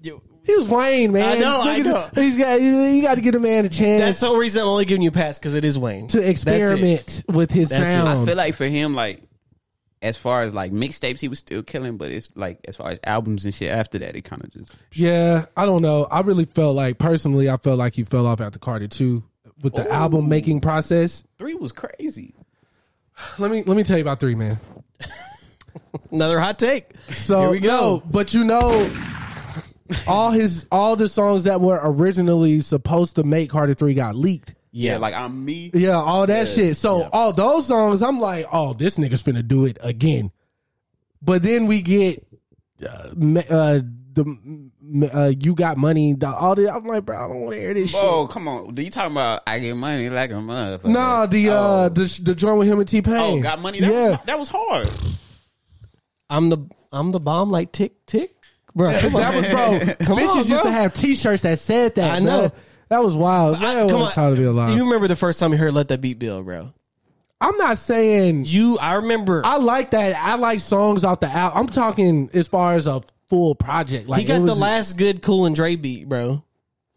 D: You-
C: He's Wayne, man.
D: I know, I
C: Look at
D: know.
C: He's got, you got to get a man a chance.
D: That's the reason I'm only giving you a pass because it is Wayne. That's
C: to
D: it.
C: experiment with his
D: That's it. I
C: sound.
H: I feel like for him, like as far as like mixtapes, he was still killing, but it's like as far as albums and shit after that, it kind of just
C: yeah, I don't know. I really felt like personally, I felt like he fell off after Carter too with the album making process.
H: three was crazy.
C: Let me let me tell you about three, man.
D: Another hot take.
C: So
D: Here we go.
C: no, but you know, all his all the songs that were originally supposed to make Carter three got leaked.
H: Yeah, like I'm me.
C: Yeah, all that shit. So all those songs, I'm like, oh, this nigga's finna do it again. But then we get uh, me- uh, the mm, uh, you got money. The, all the I'm like, bro, I don't want to hear this shit.
H: Oh come on, do you talking about I get money like a motherfucker?
C: No, the
D: Oh.
C: uh the sh- the joint with him and T Pain.
H: oh got money. That,
C: yeah,
H: was, that was hard.
D: I'm the I'm the bomb. Like tick tick, bro. Come on.
C: that was bro.
D: Come
C: bitches
D: on,
C: used to
D: bro.
C: have T shirts that said that.
D: I
C: bro.
D: know.
C: that was wild.
D: I-
C: That was
D: come
C: a
D: on.
C: time to be alive.
D: Do you remember the first time you heard "Let That Beat Bill," bro?
C: I'm not saying
D: You, I remember.
C: I like that. I like songs off the album. I'm talking as far as a full project. Like
D: he got
C: it
D: the
C: was-
D: last good Cool and Dre beat, bro.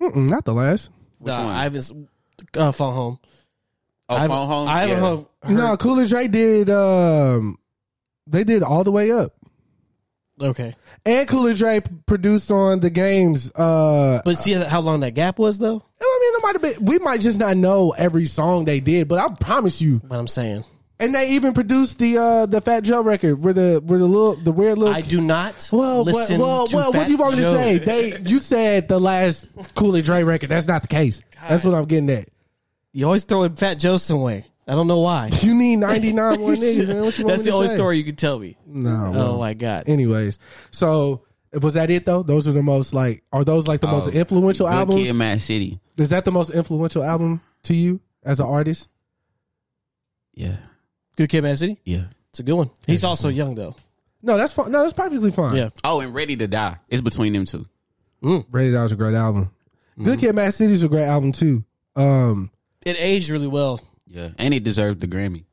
C: Mm-mm, not the last.
H: Which
D: Nah,
H: one?
D: I haven't. Uh, phone home.
H: Oh,
D: I haven't-
H: phone home.
D: I haven't
H: yeah.
D: heard- heard.
C: No, Cooler Dre did. um They did all the way up.
D: Okay,
C: And Cooler Dre p- produced on the games. Uh,
D: but see how long that gap was, though.
C: I mean, it might have been. We might just not know every song they did, but I promise you,
D: What I'm saying,
C: And they even produced the uh the Fat Joe record where the where the little the weird little
D: I do not.
C: well well
D: listen
C: well,
D: to
C: well what
D: Fat
C: do you want me to
D: Joe.
C: say? They you said the last Cooley Dre record. That's not the case. That's what I'm getting at.
D: You always throw in Fat Joe some way. I don't know why.
C: You need 99 more niggas, man. What you want me
D: That's the
C: to
D: only
C: say?
D: story you can tell me.
C: No.
D: Oh my god.
C: Anyways, so was that it though? Those are the most like are those like the most influential
H: Oh, Good
C: albums?
H: Kid, Mad City.
C: Is that the most influential album to you as an artist?
H: Yeah,
D: Good Kid, Mad City.
H: yeah.
D: It's a good one. He's also young though.
C: No, that's fine. No, that's perfectly fine.
D: Yeah.
H: Oh, and Ready to Die. It's between them two.
C: Ready Down's a great album. Good Kid, Mad City's a great album too. Um,
D: It aged really well.
H: Yeah, and he deserved the Grammy.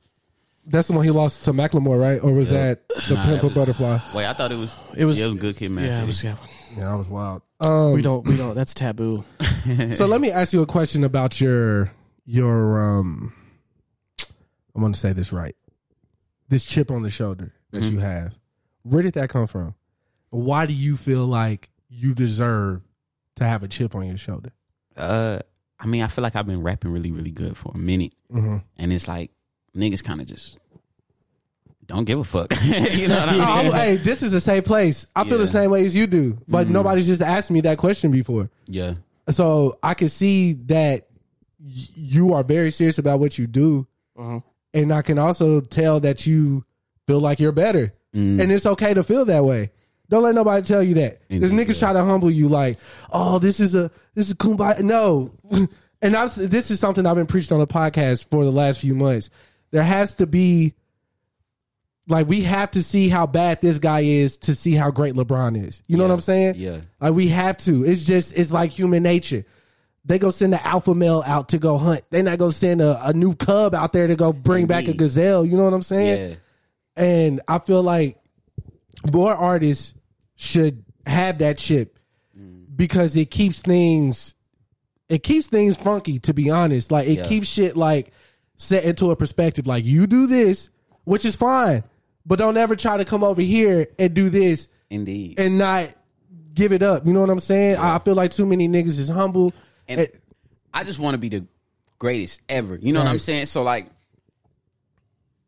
C: That's the one he lost to Macklemore, right? Or was that the Pimp a Butterfly?
E: Wait, I thought it was.
D: It was-
E: yeah, it was good kid
D: Yeah,
E: man.
D: it was that one.
C: Yeah, that was wild. Um,
D: We don't. We don't. That's taboo.
C: so let me ask you a question about your your um I'm gonna say this right. This chip on the shoulder that you have. Where did that come from? Why do you feel like you deserve to have a chip on your shoulder?
H: Uh, I mean, I feel like I've been rapping really, really good for a minute,
D: Mm-hmm.
H: and it's like niggas kind of just don't give a fuck. you know what I mean?
C: No, I'm- Oh, hey, this is the same place. I feel the
H: Yeah.
C: same way as you do, but nobody's just asked me that question before.
H: Yeah,
C: So I can see that y- you are very serious about what you do,
H: Uh-huh.
C: and I can also tell that you feel like you're better,
H: Mm.
C: and it's okay to feel that way. Don't let nobody tell you that. Because
H: Indeed,
C: niggas try to humble you, like, oh, this is a this is kumbaya. No, and I, was- this is something I've been preached on the podcast for the last few months. There has to be like we have to see how bad this guy is to see how great LeBron is. You know what I'm saying?
H: Yeah.
C: Like we have to. It's just it's like human nature. They go send the alpha male out to go hunt. They're not gonna send a, a new cub out there to go bring back a
H: Indeed.
C: gazelle. You know what I'm saying?
H: yeah,
C: And I feel like more artists should have that chip
H: Mm.
C: because it keeps things it keeps things funky to be honest like it
H: Yeah.
C: keeps shit like set into a perspective like you do this which is fine but don't ever try to come over here and do this
H: indeed.
C: and not give it up you know what i'm saying I i feel like too many niggas is humble
H: and
C: Eh,
H: I just want to be the greatest ever. You know what I'm
C: Right.
H: saying? So like,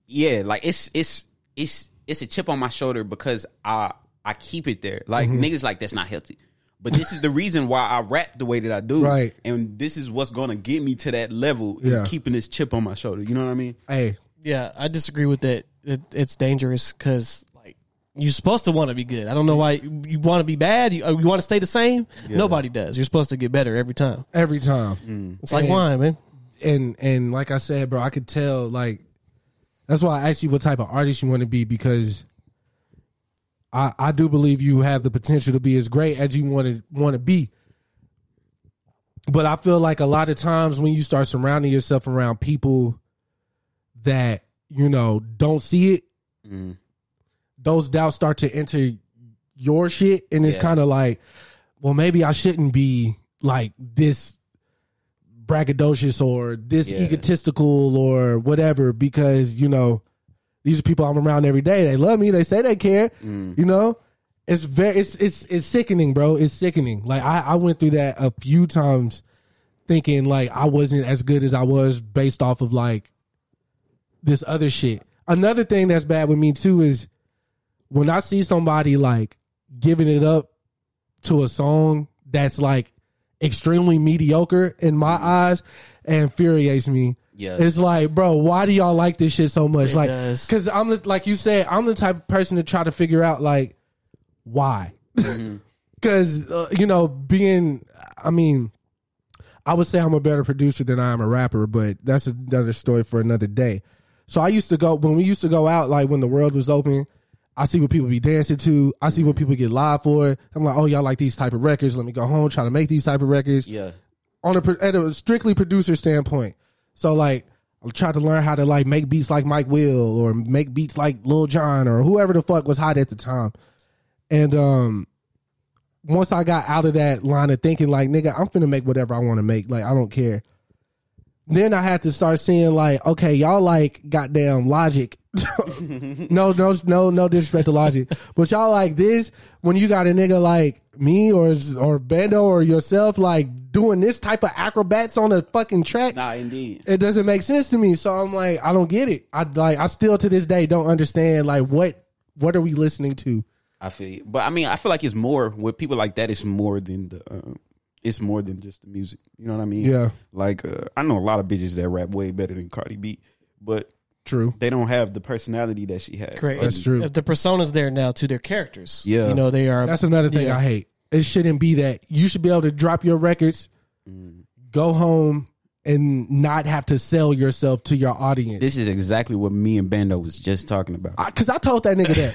H: yeah, like it's it's it's it's a chip on my shoulder because I I keep it there. Like
C: Mm-hmm.
H: niggas like that's not healthy. But this is the reason why I rap the way that I do,
C: Right.
H: And this is what's gonna get me to that level is
C: Yeah.
H: keeping this chip on my shoulder. You know what I mean?
C: hey
D: Yeah, I disagree with that. It, it's dangerous because like you're supposed to want to be good. I don't know why you, you want to be bad. You, uh, you want to stay the same. Nobody does. You're supposed to get better every time.
C: every time
D: It's like wine, man.
C: and and like I said, bro, I could tell like that's why I asked you what type of artist you want to be because I I do believe you have the potential to be as great as you want to want to be. But I feel like a lot of times when you start surrounding yourself around people that you know don't see it, those doubts start to enter your shit, and it's kind of like, well, maybe I shouldn't be like this braggadocious or this egotistical or whatever because you know these are people I'm around every day. They love me. They say they care. You know, it's very it's it's it's sickening, bro. It's sickening. Like I I went through that a few times, thinking like I wasn't as good as I was based off of like this other shit. Another thing that's bad with me too is when I see somebody like giving it up to a song that's like extremely mediocre in my eyes and infuriates me.
H: Yeah.
C: It's like, bro, why do y'all like this shit so much?
D: It
C: like,
D: does.
C: because I'm the, like you said, I'm the type of person to try to figure out like why,
D: Mm-hmm.
C: because uh, you know, being, I mean, I would say I'm a better producer than I am a rapper, but that's another story for another day. So I used to go when we used to go out, like when the world was open. I see what people be dancing to. I see what people get live for. I'm like, oh, y'all like these type of records. Let me go home, try to make these type of records
H: Yeah,
C: on a pro- at a strictly producer standpoint. So like I tried to learn how to like make beats like Mike Will or make beats like Lil Jon or whoever the fuck was hot at the time. And um once I got out of that line of thinking like nigga, I'm finna make whatever I want to make. Like I don't care. Then I had to start seeing like, okay, y'all like goddamn logic. no, no, no, no disrespect to logic, but y'all like this when you got a nigga like me or or Bando or yourself like doing this type of acrobats on a fucking track
H: nah, indeed.
C: it doesn't make sense to me. So I'm like, I don't get it. I like, I still to this day don't understand like what what are we listening to?
H: I feel you, but I mean, I feel like it's more with people like that. It's more than the, um, it's more than just the music. You know what I mean?
C: Yeah.
H: Like uh, I know a lot of bitches that rap way better than Cardi B, but
C: True.
H: they don't have the personality that she has.
D: Correct.
C: That's true.
D: The persona's there now to their characters.
H: Yeah.
D: you know they are.
C: That's another thing
D: Yeah.
C: I hate. It shouldn't be that. You should be able to drop your records, go home, and not have to sell yourself to your audience.
H: This is exactly what me and Bando was just talking about.
C: I, Cause I told that nigga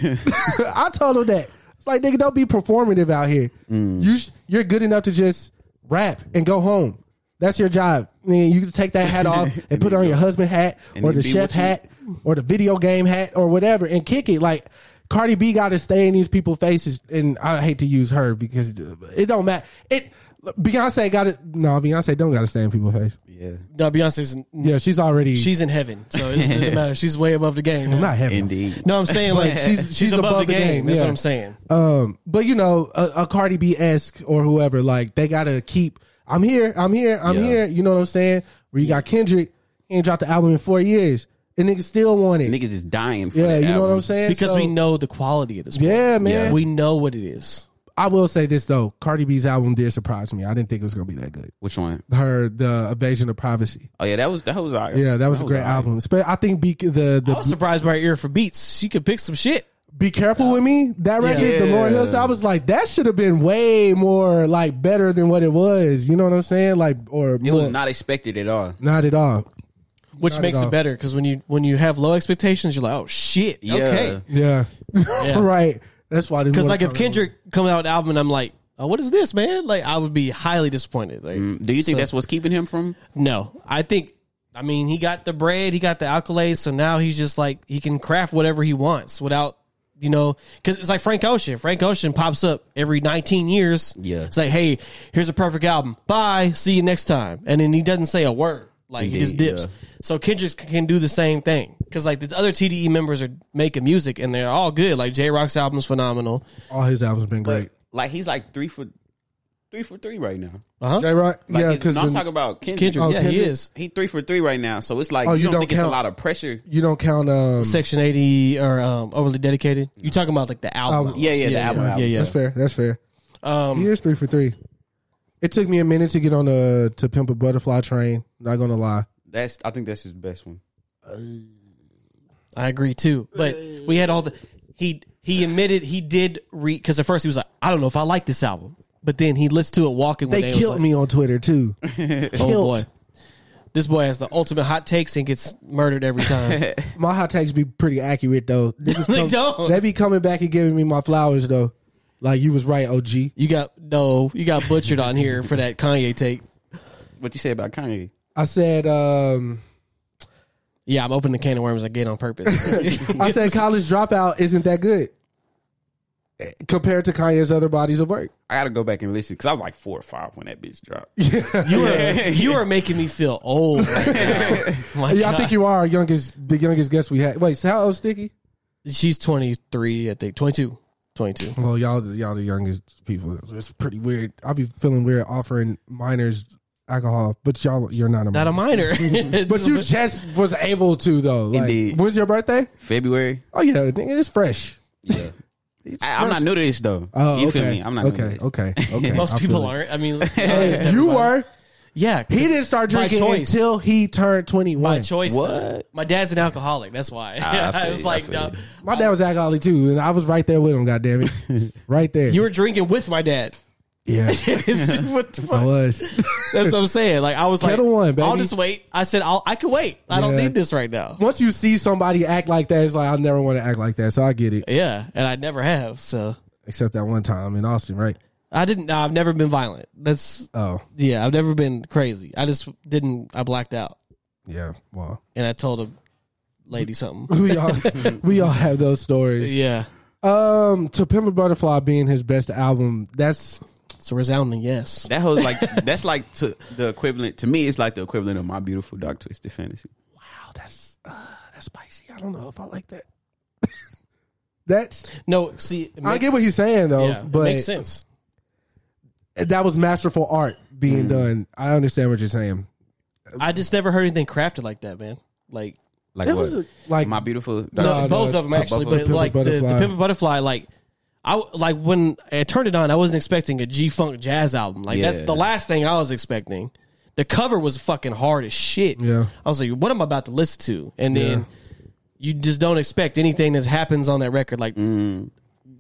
C: that. I told him that. It's like nigga, don't be performative out here.
H: Mm.
C: You sh- you're good enough to just rap and go home. That's your job. Man, you can take that hat off and, put on your husband hat
H: And
C: or
H: it
C: the
H: be
C: chef
H: what you-
C: hat or the video game hat or whatever and kick it. Like Cardi B got to stay in these people's faces, and I hate to use her because it don't matter. It Beyonce got it. No, Beyonce don't got to stay in people's face.
H: Yeah.
D: No, Beyonce's
C: Yeah, she's already she's
D: she's in heaven, so it doesn't matter. She's way above the game. man.
C: not heavy.
H: Indeed.
D: No, I'm saying like
C: she's-
D: she's,
C: she's
D: above, the game. That's
C: yeah.
D: what I'm saying.
C: Um, but you know, a, a Cardi B esque or whoever, like they gotta keep. I'm here. I'm here. I'm
H: Yeah.
C: here. You know what I'm saying? Where you got Kendrick, he ain't dropped the album in four years, and niggas still want it.
H: Niggas is dying for
C: yeah,
H: the
C: you know what I'm
H: album.
C: saying?
D: Because
C: So,
D: we know the quality of this. one.
C: Yeah, man.
H: Yeah.
D: we know what it is.
C: I will say this though, Cardi B's album did surprise me. I didn't think it was gonna be that good.
H: Which one?
C: Her the evasion of privacy.
H: Oh yeah, that was that was all right.
C: Yeah, that was a great
H: all right.
C: album. Spe- I think be the
D: I
C: the
D: was surprised by her ear for beats. She could pick some shit.
C: be careful with me that record, the Lauren Hill. song, I was like, that should have been way more like better than what it was. You know what I'm saying? Like or
H: It was not expected at all.
C: Not at all.
D: Which
C: Not at
D: makes
C: all.
D: it better because when you when you have low expectations, you're like, oh shit,
H: Yeah.
D: okay.
C: Yeah. right. That's why.
D: Because like if Kendrick comes out with an album and I'm like, oh, what is this, man? Like I would be highly disappointed. Like
C: Mm,
H: Do you think that's what's keeping him from?
D: no, I think. I mean, he got the bread, he got the accolades, so now he's just like he can craft whatever he wants without. You know, because it's like Frank Ocean. Frank Ocean pops up every 19 years.
H: Yeah.
D: It's like, hey, here's a perfect album. Bye. See you next time. And then he doesn't say a word. Like, he just
H: Indeed,
D: dips.
H: yeah.
D: So Kendrick c- can do the same thing. Because, like, the other TDE members are making music and they're all good. Like, J Rock's album's phenomenal.
C: all his albums been
H: But
C: great.
H: like he's like three for three for three right now.
C: J Rock. yeah,
H: Like, it's-
C: because
H: no, I'm talking about Kendrick.
D: Uh-huh. Kendrick,
C: Oh,
D: yeah,
C: Kendrick?
D: he is.
H: He three for three right now, so it's like
C: Oh,
H: you,
C: you
H: don't,
C: don't
H: think it's
C: count-
H: a lot of pressure.
C: you don't count. Um,
D: Section 80 or um, Overly Dedicated. you talking about like the album.
C: Album.
D: albums.
H: Yeah, yeah, the album
D: Yeah,
H: albums.
D: yeah.
C: That's fair. That's fair.
D: Um,
C: He is three for three. It took me a minute to get on the to pimp a butterfly train. Not gonna lie.
H: That's I think that's his best one.
D: I agree too. But we had all the. He he admitted he did read. Because at first he was like, I don't know if I like this album. But then he listened to it walking one
C: They
D: day and was
C: killed
D: like,
C: me on Twitter too.
D: Oh
C: Killed.
D: boy. This boy has the ultimate hot takes and gets murdered every time.
C: My hot takes be pretty accurate though. Niggas
D: They don't.
C: They be coming back and giving me my flowers though. Like you was right, OG.
D: you got no, you got butchered on here for that Kanye take.
H: What you say about Kanye?
C: I said. um
D: Yeah, I'm opening the can of worms again on purpose.
C: I said college dropout isn't that good eh, compared to Kanye's other bodies of work.
H: I gotta go back and listen because I was like four or five when that bitch dropped.
D: you are you are making me feel old. Right now. My
C: Yeah, I
D: God.
C: think you are our youngest, the youngest guest we had. Wait, so how old Sticky?
D: She's 23, I think. 22. 22.
C: Well, y'all, y'all the youngest people. It's pretty weird. I be feeling weird offering minors alcohol, but y'all, you're not a
D: Not
C: minor.
D: a minor.
C: but you just was able to though. Like,
H: Indeed.
C: When's your birthday?
H: February.
C: Oh yeah, nigga, it's fresh.
H: Yeah, I, am not new to this though.
C: Oh,
H: you
C: okay.
H: feel me? I'm not
C: okay.
H: new to this.
C: Okay. Okay.
D: Most
C: I feel
D: people
C: it.
D: aren't. I mean,
C: You were.
D: Yeah. 'cause
C: He didn't start
D: by
C: drinking
D: choice.
C: until he turned
D: by
C: 21.
D: choice.
H: What?
D: My dad's an alcoholic. That's why.
H: Ah, I
D: I,
H: feel
D: was
H: you, I
D: like,
H: feel
D: no.
H: you.
C: My dad was alcoholic too, and I was right there with him. God damn it, right there.
D: you were drinking with my dad.
C: yeah,
D: It's- what the
C: I
D: fuck?
C: was.
D: That's what I'm saying. Like I was like,
C: Kettle one,
D: I'll
C: baby.
D: just wait. I said, I'll, I could wait. I don't
C: Yeah.
D: need this right now.
C: Once you see somebody act like that, it's like I never want to act like that. So I get it,
D: Yeah, and I never have. So
C: except that one time in Austin, right?
D: I didn't. No, I've never been violent. That's
C: Oh,
D: yeah. I've never been crazy. I just didn't. I blacked out,
C: yeah. Well,
D: and I told a lady something.
C: we all we all have those stories.
D: yeah,
C: Um, to Pimp a Butterfly being his best album, that's
D: it's a resounding yes.
H: That was like that's like to the equivalent to me. It's like the equivalent of my beautiful dark twisted fantasy.
C: wow, that's uh, that's spicy. I don't know if I like that. that's
D: No, see, it
C: I
D: make-
C: get what he's saying though,
D: yeah, it
C: but
D: makes sense.
C: that was masterful art
D: Mm.
C: being done. I understand what you're saying.
D: I just never heard anything crafted like that, man. Like
H: Like
C: That
H: what?
C: was a- like
H: my beautiful dark
C: No,
D: No, both
C: no,
D: of them
C: to-
D: actually,
H: to
D: but
C: Pimp a
D: like the, the
C: Butterfly.
D: Pimp a Butterfly, like I like when I turned it on, I wasn't expecting a G Funk jazz album. Like that's
H: Yeah.
D: the last thing I was expecting. The cover was fucking hard as shit.
C: Yeah.
D: I was like, what am I about to listen to? And then you just don't expect anything that happens on that record. Like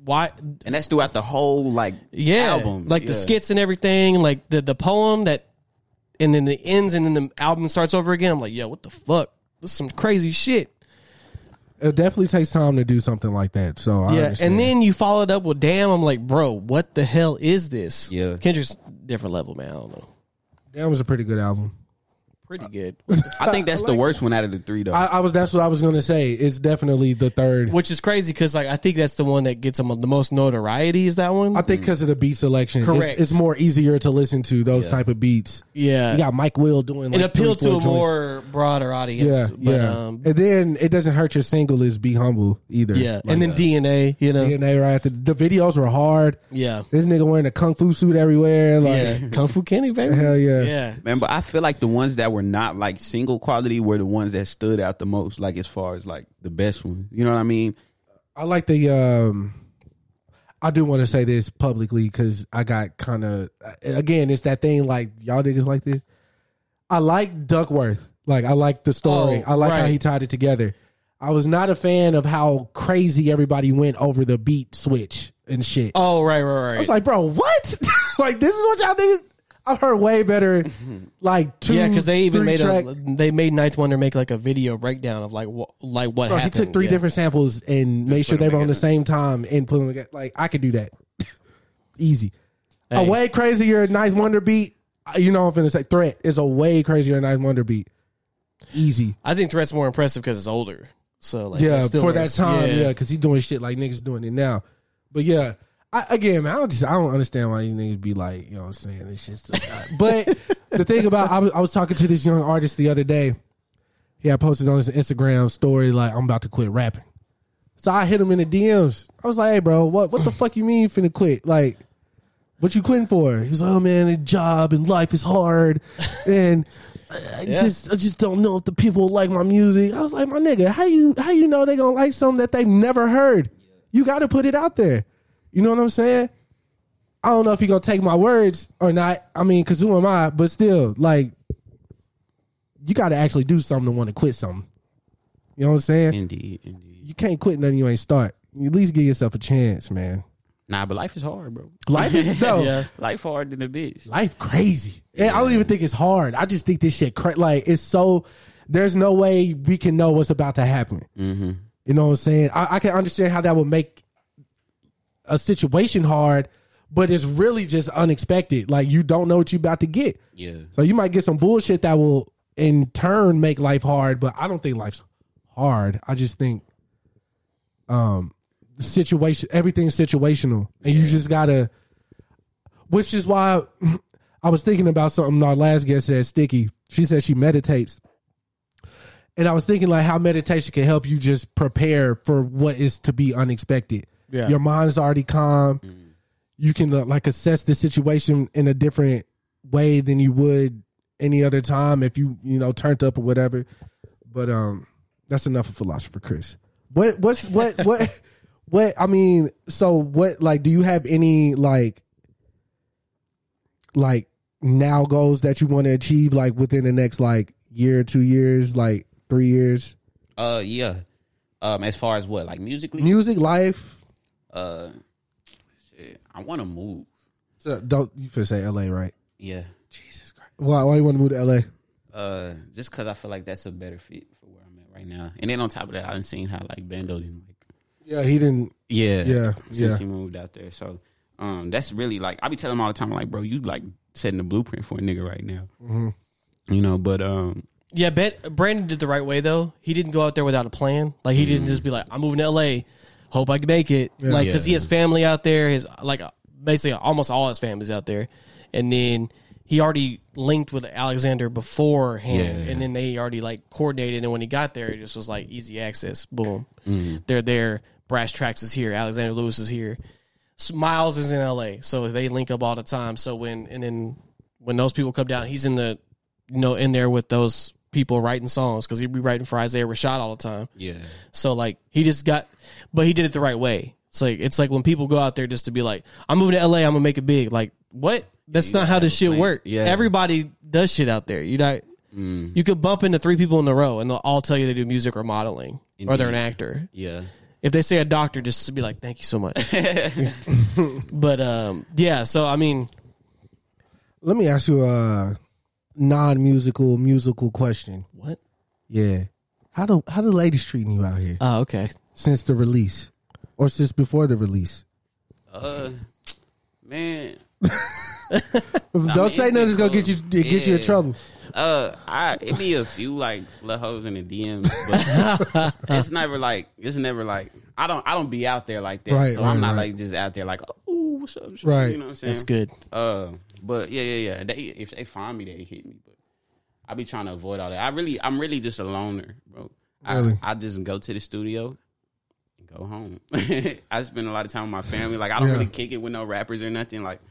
D: why
H: and that's throughout the whole like
D: yeah,
H: album,
D: like
H: Yeah.
D: the skits and everything, like the the poem that, and then it ends, and then the album starts over again. I'm like, yo, what the fuck? This is some crazy shit.
C: it definitely takes time to do something like that. So I
D: yeah,
C: understand.
D: and then you followed up with "Damn." I'm like, bro, what the hell is this?
H: Yeah.
D: Kendrick's different level, man. I don't know.
C: that was a pretty good album.
D: pretty good,
H: I think that's the worst one out of the three, though.
C: I, I was. That's what I was gonna say. It's definitely the third.
D: which is crazy because like I think that's the one that gets them the most notoriety. Is that one?
C: I think because of the beat selection, it's-
D: Correct.
C: It's, more easier to listen to those type of beats.
D: yeah,
C: You got Mike Will doing like
D: it appealed
C: three, four
D: to a
C: joints.
D: more broader audience.
C: yeah,
D: but,
C: yeah.
D: Um,
C: and then it doesn't hurt your single is "Be Humble" either.
D: yeah, and then DNA, you know,
C: and they right the, the videos were hard.
D: yeah,
C: This nigga wearing a kung fu suit everywhere. Like
D: yeah, Kung Fu Kenny, baby,
C: hell yeah.
D: yeah.
H: Man, but I feel like the ones that were not like single quality were the ones that stood out the most, like as far as like the best one. You know what I mean?
C: I like the. um I do want to say this publicly because I got kind of again. It's that thing like y'all niggas like this. I like Duckworth. Like I like the story.
D: Oh,
C: I like how
D: right.
C: he tied it together. I was not a fan of how crazy everybody went over the beat switch and shit.
D: Oh right, right,
C: I was
D: right.
C: like, bro, what? like this is what y'all niggas. I've heard way better. Like two,
D: yeah, because they even
C: three
D: made
C: track-
D: a they made Ninth Wonder make like a video breakdown of like what like what
C: Bro, he
D: happened.
C: took three
D: yeah.
C: different samples and made sure they were on the same time and put them together. Like I could do that, easy.
D: Hey.
C: A way crazier Ninth Wonder beat. uh, You know what I'm finna say. Threat is a way crazier Ninth Wonder beat. Easy,
D: I think Threat's more impressive because it's older. So like
C: yeah,
D: it's still
C: for that
D: worse.
C: time, yeah, because he's doing shit like niggas doing it now. But yeah, I, again, man, I don't just I don't understand why you niggas be like, you know, what I'm saying this shit's. but the thing about I was, I was talking to this young artist the other day. He had posted on his Instagram story like, I'm about to quit rapping. So I hit him in the DMs. I was like, hey, bro, what, what the fuck you mean you finna quit? Like, what you quitting for? He was like, oh, man, the job and life is hard. And I I just I just don't know if the people like my music. I was like, my nigga, how you how you know they gonna like something that they've never heard? You gotta put it out there. You know what I'm saying? I don't know if you gonna take my words or not. I mean, cause who am I? But still, like, you gotta actually do something to want to quit something. You know what I'm saying?
H: Indeed, indeed.
C: you can't quit nothing you ain't start. You at least give yourself a chance, man.
H: Nah, but life is hard, bro.
C: Life is no
H: Life hard than a bitch.
C: life crazy. And I don't even think it's hard. I just think this shit cra- like it's so. There's no way we can know what's about to happen. You know what I'm saying? I, I can understand how that would make a situation hard, but it's really just unexpected. Like you don't know what you about to get.
H: Yeah.
C: So you might get some bullshit that will in turn make life hard, but I don't think life's hard. I just think um the situation everything's situational. And you just gotta which is why I was thinking about something our last guest said, Sticky. She said she meditates. And I was thinking like how meditation can help you just prepare for what is to be unexpected.
D: Yeah.
C: Your mind's already calm. You can uh, like assess the situation in a different way than you would any other time if you, you know, turned up or whatever. But um that's enough of philosopher Chris. What what's what what what I mean, so what like do you have any like like now goals that you want to achieve like within the next like year, two years, like three years?
H: Uh, yeah. Um, as far as what, like musically,
C: Music, life.
H: uh, shit, I want to move.
C: So don't you finna say L.A. right?
H: Yeah. Jesus Christ.
C: Why why you want to move to L.A.
H: Uh, just because I feel like that's a better fit for where I'm at right now. And then on top of that, I done seen how like Bando didn't like
C: Yeah, he didn't.
H: Yeah.
C: Yeah,
H: Since
C: yeah.
H: he moved out there. So um that's really like I be telling him all the time, like, bro, you like setting the blueprint for a nigga right now.
C: Mm-hmm.
H: You know, but um
D: Yeah, bet Brandon did the right way though. He didn't go out there without a plan. Like he didn't just be like, "I'm moving to LA, hope I can make it." Like because he has family out there. His like uh, basically almost all his family's out there, and then he already linked with Alexander beforehand, and then they already like coordinated. And when he got there, it just was like easy access. Boom, they're there. Brass Tracks is here. Alexander Lewis is here. S- Miles is in LA, so they link up all the time. So when and then when those people come down, he's in the you know in there with those people writing songs because he'd be writing for Isaiah Rashad all the time.
H: Yeah.
D: So like he just got, but he did it the right way. It's like it's like when people go out there just to be like, I'm moving to LA, I'm gonna make it big. Like what? That's not how this shit work.
H: Yeah. Mm.
D: everybody does shit out there. You not. You could bump into three people in a row, and they'll all tell you they do music or modeling, or they're an actor
H: Yeah.
D: if they say a doctor, just be like, "Thank you so much." but um, yeah, so I mean,
C: Let me ask you a non-musical musical question.
D: what?
C: Yeah, how do how do ladies treating you out here
D: Oh, okay.
C: since the release, or since before the release?
H: Uh man.
C: Don't say nothing
H: it's
C: that's gonna
H: cool.
C: get you get you in
H: Yeah.
C: trouble.
H: Uh, I it be a few like little hoes in the DMs, but it's never like it's never like I don't I don't be out there like that,
C: Right,
H: so
C: right,
H: I'm not
C: right.
H: like just out there like oh what's up, shorty?"
C: Right.
H: You know what I'm saying?
D: That's good.
H: Uh, but yeah, yeah, yeah. They if they find me, they hit me. But I be trying to avoid all that. I really, I'm really just a loner, bro. I,
C: Really?
H: I just go to the studio, and go home. I spend a lot of time with my family. Like I don't
C: Yeah.
H: really kick it with no rappers or nothing. Like,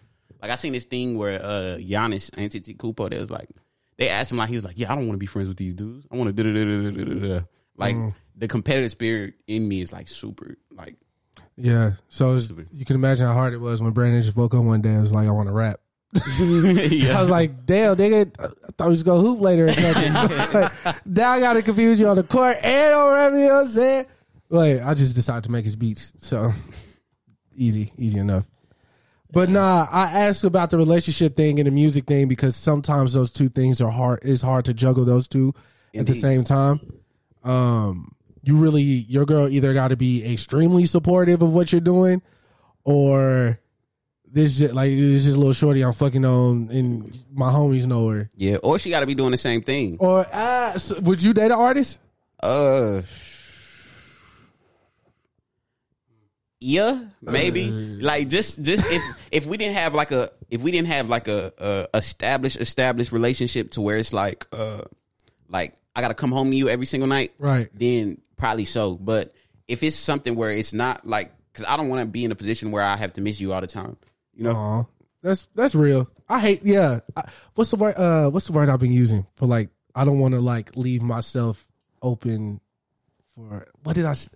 H: like I seen this thing where uh Giannis Antetokounmpo, that was like, they asked him like he was like, yeah, I don't want to be friends with these dudes. I want to da da da da da da da. Like
C: Mm.
H: the competitive spirit in me is like super like
C: Yeah. So it's, you can imagine how hard it was when Brandon just woke up one day and was like, I want to rap. I was like, damn, nigga, I thought we was gonna hoop later or something. like, now I gotta confuse you on the court and on rap, you know what I'm saying? Like, I just decided to make his beats. So easy, easy enough. But nah, I asked about the relationship thing and the music thing because sometimes those two things are hard. It's hard to juggle those two at the same time. Um, you really, your girl either got to be extremely supportive of what you're doing, or this just like this is a little shorty I'm fucking on, and my homies know her.
H: yeah. Or she got to be doing the same thing.
C: Or ah, so would you date an artist?
H: Uh, yeah, maybe. like just, just if if we didn't have like a if we didn't have like a, a established established relationship to where it's like uh like I gotta come home to you every single night,
C: Right.
H: Then probably so. But if it's something where it's not like, because I don't want to be in a position where I have to miss you all the time. You know,
C: Aw, that's that's real. I hate. Yeah. I, what's the word? Uh, what's the word I've been using for like? I don't want to like leave myself open for what did I s-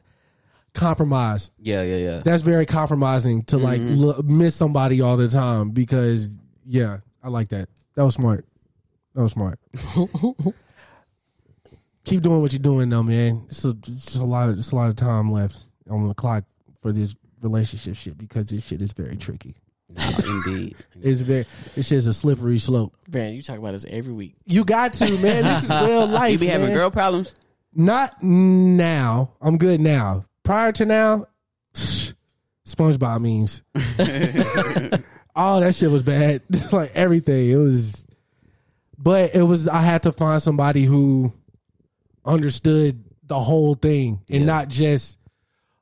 C: compromise?
H: yeah, yeah, yeah.
C: That's very compromising to like
H: Mm-hmm.
C: l- miss somebody all the time because yeah, I like that. That was smart. That was smart. Keep doing what you're doing though, man. It's a, it's a lot. It's a lot of time left on the clock for this relationship shit because this shit is very tricky.
H: Indeed.
C: It's very. This shit's a slippery slope.
D: Man, you talk about this every week.
C: You got to man. This is real life.
H: You be having
C: man.
H: girl problems?
C: Not now. I'm good now. Prior to now, SpongeBob memes. All Oh, that shit was bad. like everything. It was but it was I had to find somebody who understood the whole thing and not just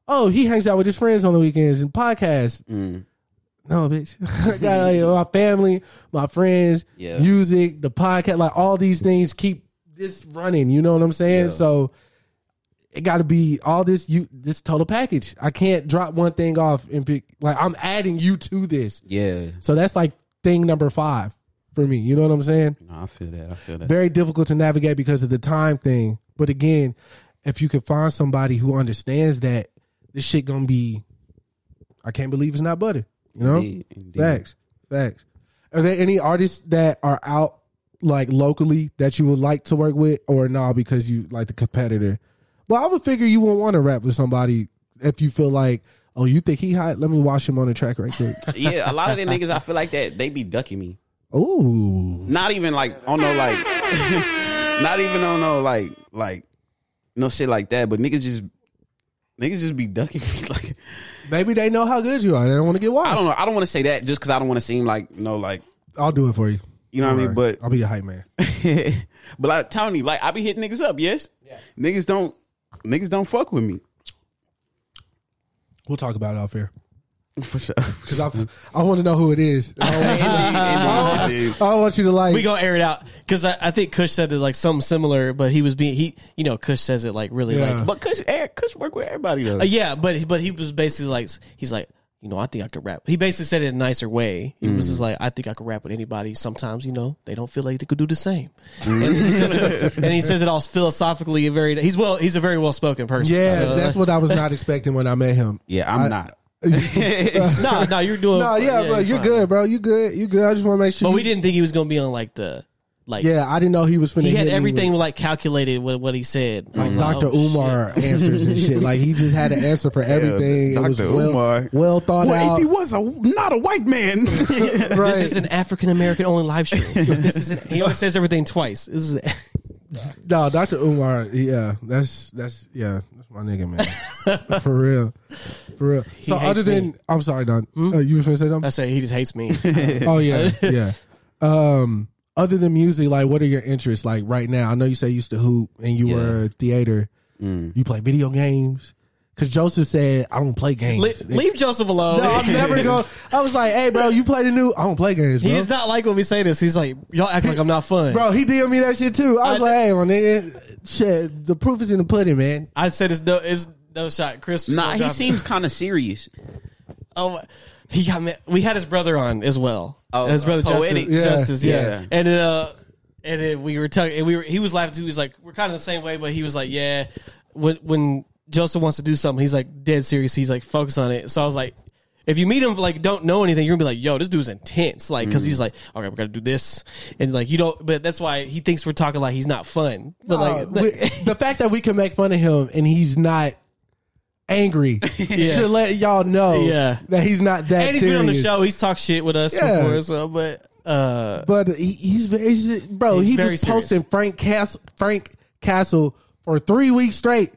C: oh, he hangs out with his friends on the weekends and podcasts. No, bitch. I got like, my family, my friends,
H: Yeah.
C: music, the podcast, like all these things keep this running. You know what I'm saying? So it got to be all this you this total package. I can't drop one thing off and pick like I'm adding you to this.
H: Yeah.
C: So that's like thing number 5 for me. You know what I'm saying?
H: No, I feel that. I feel that.
C: very difficult to navigate because of the time thing. But again, if you can find somebody who understands that, this shit gonna be. I can't believe it's not butter. You know,
H: Indeed, indeed.
C: facts, facts. Are there any artists that are out like locally that you would like to work with, or nah, because you like the competitor? Well, I would figure you won't want to rap with somebody if you feel like, oh, you think he hot? Let me watch him on the track right quick.
H: yeah, a lot of them niggas, I feel like that they be ducking me.
C: Ooh,
H: Not even like on no like, not even on no like like no shit like that. But niggas just niggas just be ducking me. Like
C: maybe they know how good you are. They don't want to get watched.
H: I don't know. I don't want to say that just because I don't want to seem like no like
C: I'll do it for you.
H: you know what I mean. But
C: I'll be your hype man.
H: but like Tony, like I be hitting niggas up. Yes, niggas don't niggas don't fuck with me
C: We'll talk about it off air
H: for sure.
C: because I, I want to know who it is. I don't want you- I
H: Indeed, indeed.
C: don't, I don't want you to like.
D: We gonna air it out because I, I think Kush said it like something similar, but he was being he you know Kush says it like really
C: Yeah.
D: like
H: but Kush, Eric, Kush work with everybody though.
D: Uh, yeah, but but he was basically like he's like you know I think I could rap. He basically said it in a nicer way. He was
C: Mm.
D: just like I think I could rap with anybody. Sometimes you know they don't feel like they could do the same.
C: Mm.
D: and, he says it, and he says it all philosophically. Very he's well he's a very well spoken person.
C: yeah,
D: So, uh,
C: that's what
D: like,
C: I was not expecting when I met him.
H: Yeah, I'm not.
D: No, no, you're doing.
C: No, yeah, bro, you're
D: fine.
C: good, bro. You good. You good. I just want to make sure.
D: But we
C: you-
D: didn't think he was gonna be on like the like.
C: Yeah, I didn't know he was finna.
D: He
C: hit
D: had
C: me
D: everything
C: with,
D: like calculated with what he said. I
C: like
D: was like,
C: Dr.
D: oh,
C: Umar
D: shit.
C: answers and shit. Like he just had an answer for everything. it was
E: Dr.
C: well,
E: Umar.
C: well thought out.
E: was a not a white man?
C: right.
D: This is an African American only live show. this is an, he always says everything twice. This is
C: No, Dr. Umar, yeah, that's that's yeah, that's my nigga, man. For real. for real. so
D: hates
C: other than
D: me. Hmm?
C: I'm sorry, Don. Uh, you was gonna say
D: I
C: something?
D: say he just hates me.
C: oh yeah, yeah. Um, other than music, like what are your interests? Like right now, I know you say you used to hoop and you were theater.
D: Mm.
C: You play video games because Joseph said I don't play games.
D: Le- leave Joseph alone.
C: no, I'm never going. I was like, hey, bro, you play the new? I don't play games,
D: he
C: bro.
D: does not like when we say this. He's like, y'all act like I'm not fun.
C: Bro, he DM me that shit too. I was
D: I-
C: like, hey, my nigga, shit, the proof is in the pudding, man.
D: I said it's no, it's no shot. Chris,
I: Nah, he
D: Drop-
I: seems kind of serious.
D: Oh, he got me. We had his brother on as well.
I: Oh,
D: his brother
I: uh, poetic.
D: Justice.
C: Yeah.
D: Justice, yeah.
I: Yeah.
D: And then, uh, and then we were talking. And we were. He was laughing too. He's like, we're kind of the same way, but he was like, yeah. When when Joseph wants to do something, he's like dead serious. He's like focus on it. So I was like. If you meet him, like don't know anything, you're gonna be like, "Yo, this dude's intense," like because he's like, "Okay, we gotta do this," and like you don't. But that's why he thinks we're talking like he's not fun. But
C: Uh,
D: like,
C: we- the fact that we can make fun of him and he's not angry should let y'all know
D: Yeah.
C: that he's not that
D: and he's
C: serious.
D: been on the show. He's talked shit with us
C: Yeah.
D: before, so but uh,
C: But he, he's very, he's- bro.
D: He's
C: he
D: very
C: was
D: serious.
C: posting Frank Castle, Frank Castle for three weeks straight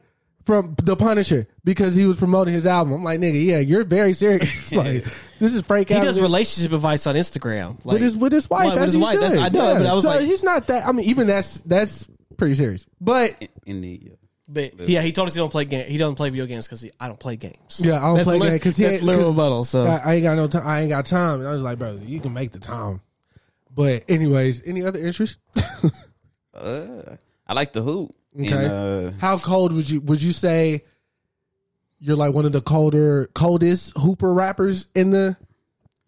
C: from The Punisher because he was promoting his album. I'm like, nigga, yeah, you're very serious. like, this is Frank.
D: he
C: Castle.
D: doys relationship advice on Instagram. Like,
C: with his with his wife.
D: Like,
C: as he should.
D: That's, I know,
C: Yeah.
D: but I was
C: so
D: like,
C: he's not that. I mean, even that's that's pretty serious. But
I: In the yeah.
D: but yeah, he told us he don't play game. He doesn't play video games because I don't play games.
C: yeah, I don't
D: that's
C: play
D: li-
C: that because
D: that's little rebuttal. So
C: I, I ain't got no time. I ain't got time. And I was like, bro, you can make the time. But anyways, any other interest?
I: Uh, I like the hoop.
C: Okay.
I: And, uh,
C: How cold would you would you say? You're like one of the colder, coldest hooper rappers in the.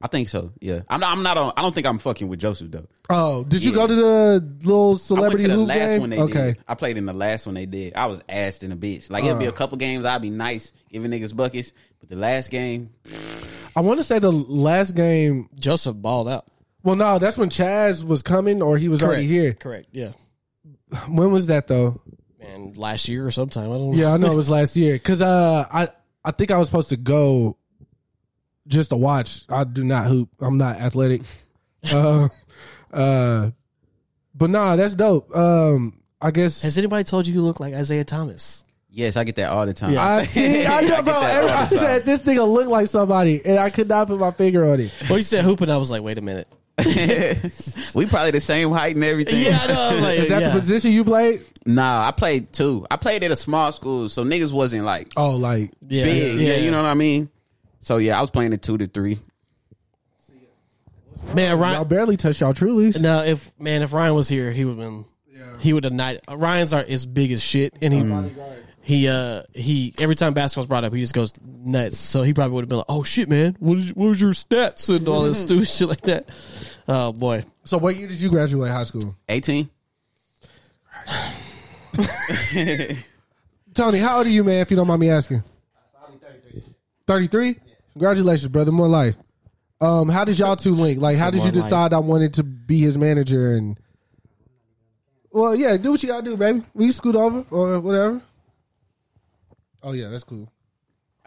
I: I think so. Yeah, I'm not. I'm not on. I don't think I'm fucking with Joseph though.
C: Oh, did you
I: Yeah.
C: go to the
I: I
C: little
I: went
C: celebrity
I: to the
C: hoop
I: last
C: game?
I: one they
C: okay, Uh.
I: did. I played in the last one they did. I was assed in a bitch. Like it'll be a couple games. I'd be nice giving niggas buckets, but the last game,
C: I want to say the last game.
D: Joseph balled out.
C: Well, no, that's when Chaz was coming, or he was already here.
D: Correct. Yeah,
C: When was that though?
D: man. Last year or sometime. I don't. know.
C: Yeah, I know it was last year because uh, I I think I was supposed to go just to watch. I do not hoop. I'm not athletic. uh, uh, but nah, that's dope. Um, I guess
D: Has anybody told you you look like Isaiah Thomas?
I: yes, I get that all the time.
C: I see. I know,
I: get
C: bro.
I: that all the
C: I
I: time.
C: said this nigga look like somebody, and I could not put my finger on it.
D: Or you said hoop, and I was like, wait a minute.
I: we probably the same height and everything.
D: Yeah, I know. I was like,
C: Is that
D: yeah.
C: the position you played?
I: Nah, I played two. I played at a small school, so niggas wasn't like
C: Oh, like
D: Yeah,
I: big. Yeah, you know what I mean. So yeah, I was playing at two to three.
D: man.
C: y'all
D: Ryan,
C: barely touched y'all trulies.
D: now if man, if Ryan was here, he would have been. He would have not. uh, Ryan's are is big as shit, and he. he uh he every time basketball's brought up, he just goes nuts. So he probably would have been like, "Oh shit, man, what is what was your stats and all this stupid shit like that." Oh boy,
C: So, what year did you graduate high school,
I: Eighteen.
C: Tony? How old are you, man? If you don't mind me
D: Uh,
C: asking. Thirty-three. Congratulations, brother. More life. Um, how did y'all two link? Like, how did you
D: More life.
C: decide I wanted to be his manager? And well, yeah, do what you gotta do, baby. We can scoot over or whatever. Oh yeah, that's cool.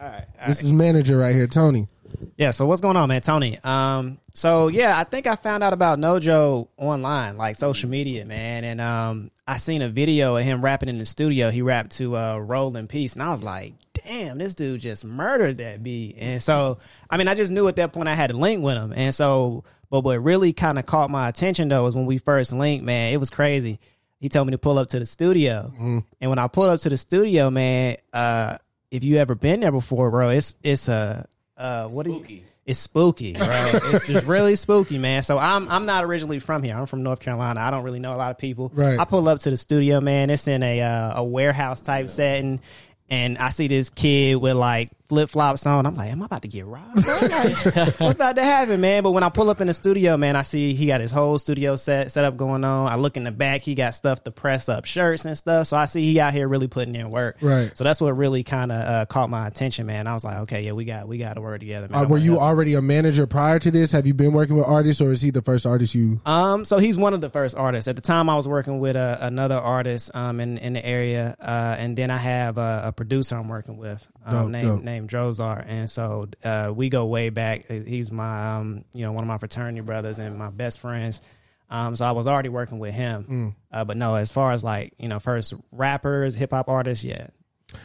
J: All right.
C: This is manager right here, Tony.
J: Yeah. So what's going on, man, Tony? Um. So yeah, I think I found out about Nojo online, like social media, man. And um, I seen a video of him rapping in the studio. He rapped to uh, "Roll in Peace," and I was like, "Damn, this dude just murdered that beat." And so, I mean, I just knew at that point I had a link with him. And so, but what really kind of caught my attention though was when we first linked, man. It was crazy. He told me to pull up to the studio,
H: Mm-hmm.
J: and when I pulled up to the studio, man, uh, if you ever been there before, bro, it's it's a uh, what spooky. you? It's spooky, bro. it's just really spooky, man. So I'm I'm not originally from here. I'm from North Carolina. I don't really know a lot of people.
C: Right.
J: I pull up to the studio, man. It's in a uh, a warehouse type setting, and I see this kid with like flip flops on. I'm like, am I about to get robbed? bro? Like, what's about to happen, man? But when I pull up in the studio, man, I see he got his whole studio set set up going on. I look in the back, he got stuff to press up shirts and stuff. So I see he out here really putting in work.
C: Right.
J: So that's what really kind of uh, caught my attention, man. I was like, okay, yeah, we got we got to work together, man.
C: Uh,
J: I
C: were
J: wanna
C: you
J: help.
C: already a manager prior to this? Have you been working with artists, or is he the first artist you?
J: Um, so he's one of the first artists. At the time, I was working with uh, another artist um in, in the area, uh, and then I have uh, a producer I'm working with um,
C: Dope,
J: named
C: dope.
J: named Drozar, and so uh, we go way back. He's my um you know one of my fraternity brothers and my best friends. Um, so I was already
C: Mm.
J: working with him, uh, but no, as far as like you know, first rappers, hip hop artists, yeah,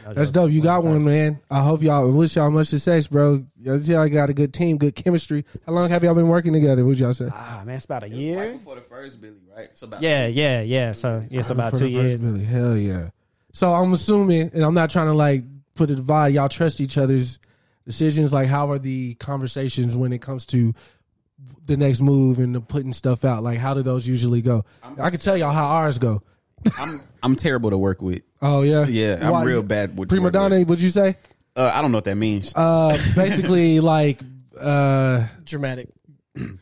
C: That's dope. You got one, man. I hope y'all wish y'all much success, bro. Y'all y'all got a good team, good chemistry. How long have y'all been working together? What y'all say?
J: Ah, man, it's about a year.
I: before the first Billy, right? So about
J: Yeah, yeah, yeah. So yeah, it's about
C: For
J: two
C: the first
J: years.
C: Billy. Hell yeah. So I'm assuming, and I'm not trying to like put a divide. Y'all trust each other's decisions. Like, how are the conversations when it comes to the next move and the putting stuff out? Like, how do those usually go? i can tell y'all how ours go.
H: I'm I'm terrible to work with.
C: Oh yeah,
H: Yeah, I'm
C: Why-
H: real bad with
C: Prima
H: to work with.
C: donna, would you say?
H: Uh, I don't know what that means.
C: Uh, basically, like. uh
D: Dramatic.
C: in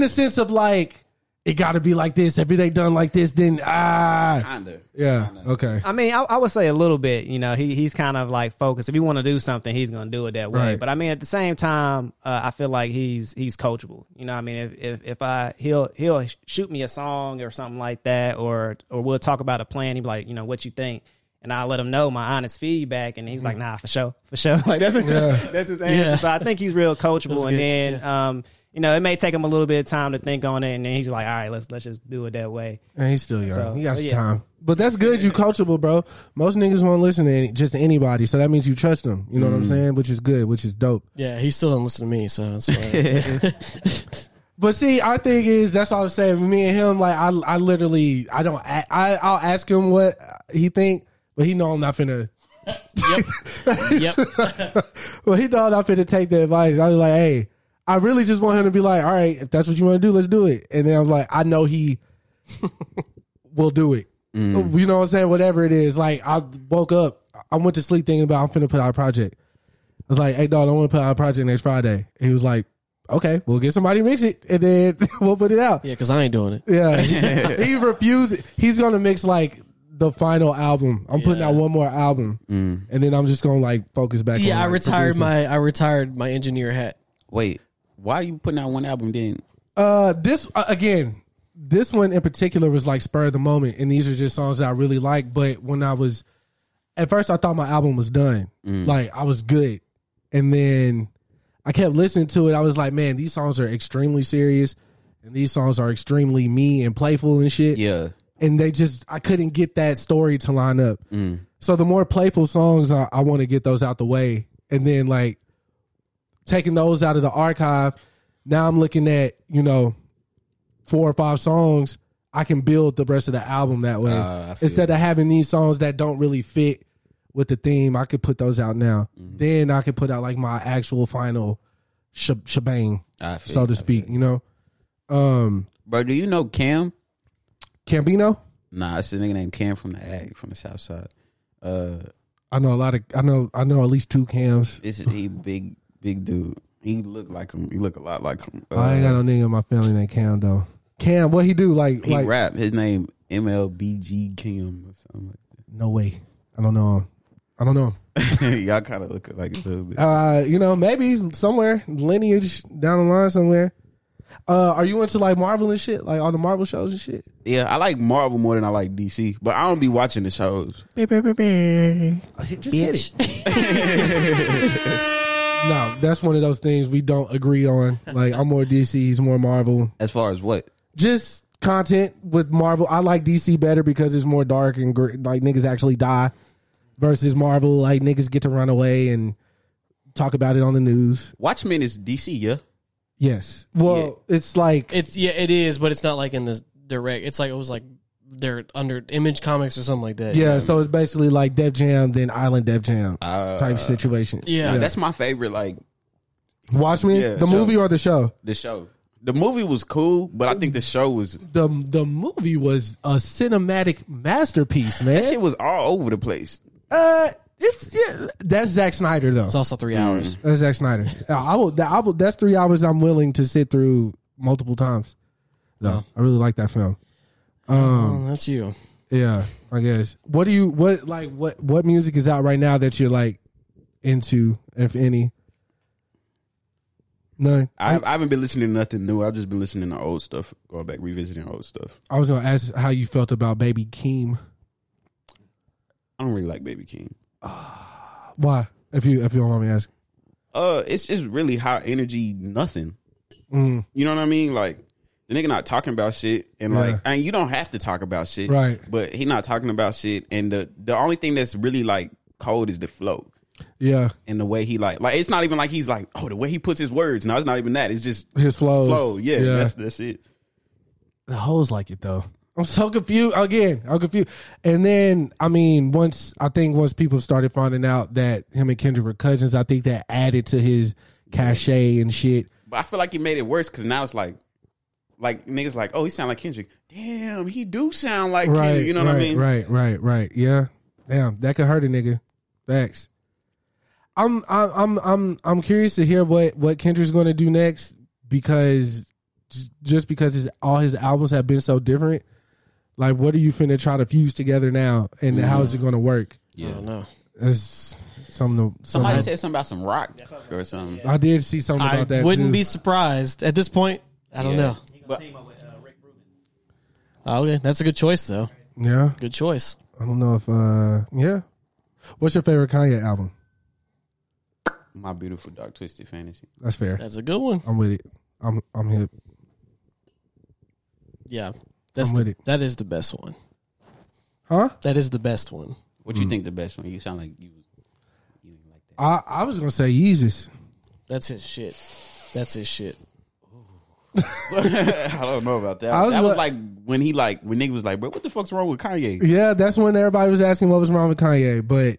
C: the sense of like it got to be like this. If it ain't done like this, then ah,
H: Kinda.
C: yeah, okay,
J: I mean, I, I would say a little bit. You know, he he's kind of like focused. If he want to do something, he's going to do it that way.
C: Right.
J: But I mean, at the same time, uh, I feel like he's he's coachable. You know, what I mean, if, if if I he'll he'll shoot me a song or something like that, or or we'll talk about a plan. He'd be like, you know, what you think. And I let him know my honest feedback, and he's like, "Nah, for sure, for sure." Like that's that's his answer.
D: Yeah.
J: So I think he's real
D: That's
J: coachable.
D: good.
J: And then, um, you know, it may take him a little bit of time to think on it, and then he's like, "All right, let's let's just do it that way."
C: and he's still young.
J: So-
C: he got
J: so,
C: some
J: yeah.
C: time, but that's good. You coachable, bro. Most niggas won't listen to any, just anybody, so that means you trust them. You know what I'm
H: Mm.
C: saying? Which is good, which is dope.
D: Yeah, he still don't listen to me, so that's why.
C: But see, our thing is that's all I was saying. Me and him, like I, I literally, I don't, a- I, I'll ask him what he think, but he know I'm not finna.
D: yep.
C: Well, he know I'm not finna take the advice. I was like, hey, I really just want him to be like, all right, if that's what you want to do, let's do it. And then I was like, I know he will do it. You know what I'm saying? Whatever it is. Like I woke up, I went to sleep thinking about I'm finna put out a project. I was like, hey dog, I want to put out a project next Friday. And he was like, okay, we'll get somebody to mix it and then we'll put it out.
D: Yeah, because I ain't doing it.
C: Yeah. he refused. it. He's gonna mix like the final album. I'm putting out one more album, and then I'm just gonna like focus back.
D: Mm. Yeah,
C: on,
D: I
C: like,
D: retired
C: producing.
D: my I retired my engineer hat.
H: Wait, why are you putting out one album then?
C: Uh, this uh, again. This one in particular was like spur of the moment, and these are just songs that I really like. But when I was at first, I thought my album was done. Like I was good, and then I kept listening to it. I was like, man, these songs are extremely serious, and these songs are extremely me and playful and shit.
H: Yeah,
C: and they just I couldn't get that story to line up.
H: Mm.
C: So the more playful songs, I, I want to get those out the way, and then like taking those out of the archive. Now I'm looking at you know four or five songs. I can build the rest of the album that way
H: Ah,
C: instead of having these songs that don't really fit with the theme. I could put those out now.
H: Mm-hmm.
C: Then I could put out like my actual final sh- shebang,
H: I feel
C: so to speak. You know, um,
H: bro. Do you know Cam?
C: Cambino.
H: Nah, it's a nigga named Cam from the Ag from the South Side. Uh,
C: I know a lot of I know I know at least two cams.
H: this is he big big dude. He look like him. He look a lot like him.
C: I ain't got no nigga in my family named Cam though. Cam, what he do? Like
H: Uh, he
C: like
H: rap. His name MLBG Cam or something
C: no way. I don't know. him. I don't know. him.
H: like that. Y'all kind of look like a little bit.
C: Uh, you know, maybe somewhere lineage down the line somewhere. Uh, are you into like Marvel and shit? Like all the Marvel shows and shit?
H: Yeah, I like Marvel more than I like DC, but I don't be watching the shows.
C: Just hit it. no, that's one of those things we don't agree on. Like I'm more DC, he's more Marvel.
H: As far as what?
C: Just content with Marvel. I like DC better because it's more dark and gr- like niggas actually die versus Marvel. Like niggas get to run away and talk about it on the news.
H: Watchmen is DC, yeah.
C: Yes. Well, it's like
D: It's yeah, it is, but it's not like in the direct. It's like it was like they're under Image Comics or something like that.
C: yeah. So it's basically like Def Jam then Island Def Jam
H: Uh,
C: type situation.
D: Yeah.
H: Nah, that's my favorite. Like
C: Watchmen,
H: yeah,
C: the
H: so-
C: movie or the show?
H: the show. The movie was cool, but I think the show was
C: The the movie was a cinematic masterpiece, man.
H: that shit was all over the place.
C: Uh, it's yeah, that's Zack Snyder though.
D: It's also three hours.
C: that's Zack Snyder. Uh, I will, that- I will. That's three hours I'm willing to sit through multiple times. Though
I: Oh.
C: I really like that film.
D: Oh, that's you.
C: Yeah, I guess. What do you what like what what music is out right now that you're like into, if any? None.
H: I, I haven't been listening to nothing new. I've just been listening to old stuff, going back revisiting old stuff.
C: I was gonna ask how you felt about Baby Keem.
H: I don't really like Baby King.
C: Why? If you if you don't want me to ask.
H: Uh, it's just really high energy, nothing.
C: Mm,
H: You know what I mean? Like the nigga not talking about shit, and like
C: Yeah.
H: and you don't have to talk about shit,
C: Right.
H: But he not talking about shit, and the the only thing that's really like
I: cold is the flow
C: Yeah,
I: and the way he like like it's not even like he's like oh the way he puts his words. No, it's not even that. It's just
C: his flows.
I: flow. Yeah, that's that's it.
C: the hoes like it though. I'm so confused again. I'm confused. And then I mean, once I think once people started finding out that him and Kendrick were cousins, I think that added to his cachet and shit.
I: But I feel like he made it worse because now it's like, like niggas like, oh, he sound like Kendrick. Damn, he do sound like
C: Right.
I: Kendrick. You know
C: right,
I: what I mean?
C: Right. Right. Right. Yeah. Damn, that could hurt a nigga. Facts. I'm I- I'm I'm I'm curious to hear what what Kendrick's going to do next because j- just because his all his albums have been so different. Like, what are you finna try to fuse together now, and how is it going to work?
D: I don't know.
C: That's something. To,
I: Somebody
C: something
I: said something about some rock or something.
C: I did see something
D: I
C: about that.
D: wouldn't
C: too.
D: be surprised at this point. I don't know.
I: But
D: Oh, okay, that's a good choice though.
C: Yeah,
D: Good choice.
C: I don't know if. uh Yeah, what's your favorite Kanye album?
I: my beautiful dark twisted fantasy.
C: That's fair.
D: That's a good one.
C: I'm with it. I'm I'm hip.
D: Yeah, that's
C: I'm
D: the,
C: with it.
D: that is the best one.
C: Huh?
D: That is the best one.
I: What
C: Mm.
I: you think the best one? You sound like you. you didn't like that.
C: I I was gonna say Yeezus.
D: That's his shit. That's his shit.
I: I don't know about that.
C: I was
I: that was
C: li-
I: like when he like when nigga was like, bro, what the fuck's wrong with Kanye?
C: Yeah, that's when everybody was asking what was wrong with Kanye, but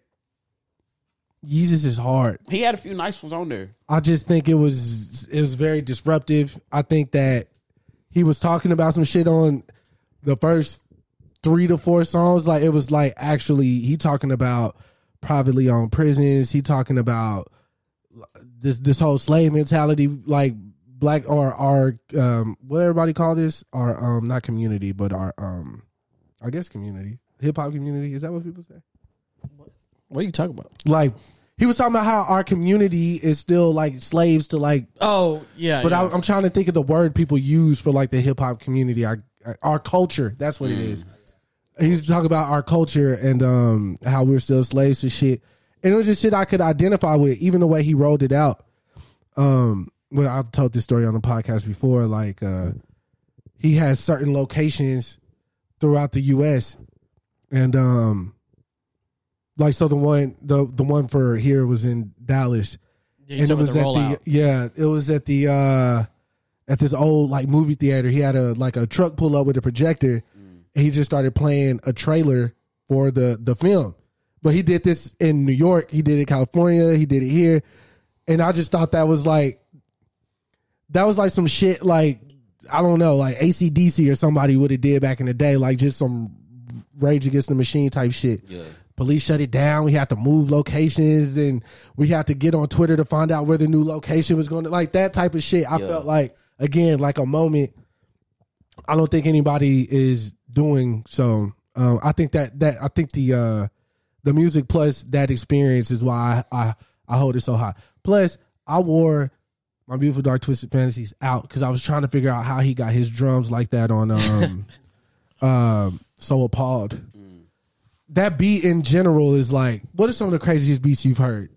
C: Yeezus is hard.
I: He had a few nice ones on there.
C: I just think it was it was very disruptive. I think that he was talking about some shit on the first three to four songs. Like it was like actually he talking about privately owned prisons. He talking about this this whole slave mentality, like black or our um what everybody call this our um not community but our um I guess community hip hop community is that what people say
D: What are you talking about?
C: like. He was talking about how our community is still like slaves to like
D: Oh yeah,
C: but
D: yeah.
C: I, I'm trying to think of the word people use for like the hip hop community. Our, our culture. That's what it
D: Mm.
C: is. He was talking about our culture and um, how we're still slaves to shit. And it was just shit I could identify with, even the way he rolled it out. Um, well, I've told this story on the podcast before. Like, uh, he has certain locations throughout the U.S. and um, like so the one the the one for here was in Dallas,
D: Yeah, you talking about the rollout?
C: at the yeah, it was at the uh at this old like movie theater. He had a like a truck pull up with a projector.
D: Mm.
C: And he just started playing a trailer for the the film. But he did this in New York, he did it in California, he did it here. And I just thought that was like that was like some shit like I don't know, like ACDC or somebody would have did back in the day, like just some rage against the machine type shit. Yeah. Police shut it down. We had to move locations and we had to get on Twitter to find out where the new location was going to like that type of shit. I felt like again, like a moment I don't think anybody is doing so. Um, I think that that I think the uh, the music plus that experience is why I, I I hold it so high. Plus, I wore my beautiful dark twisted fantasies out because I was trying to figure out how he got his drums like that on um, um, so appalled. That beat in general is like, what are some of the craziest beats you've heard,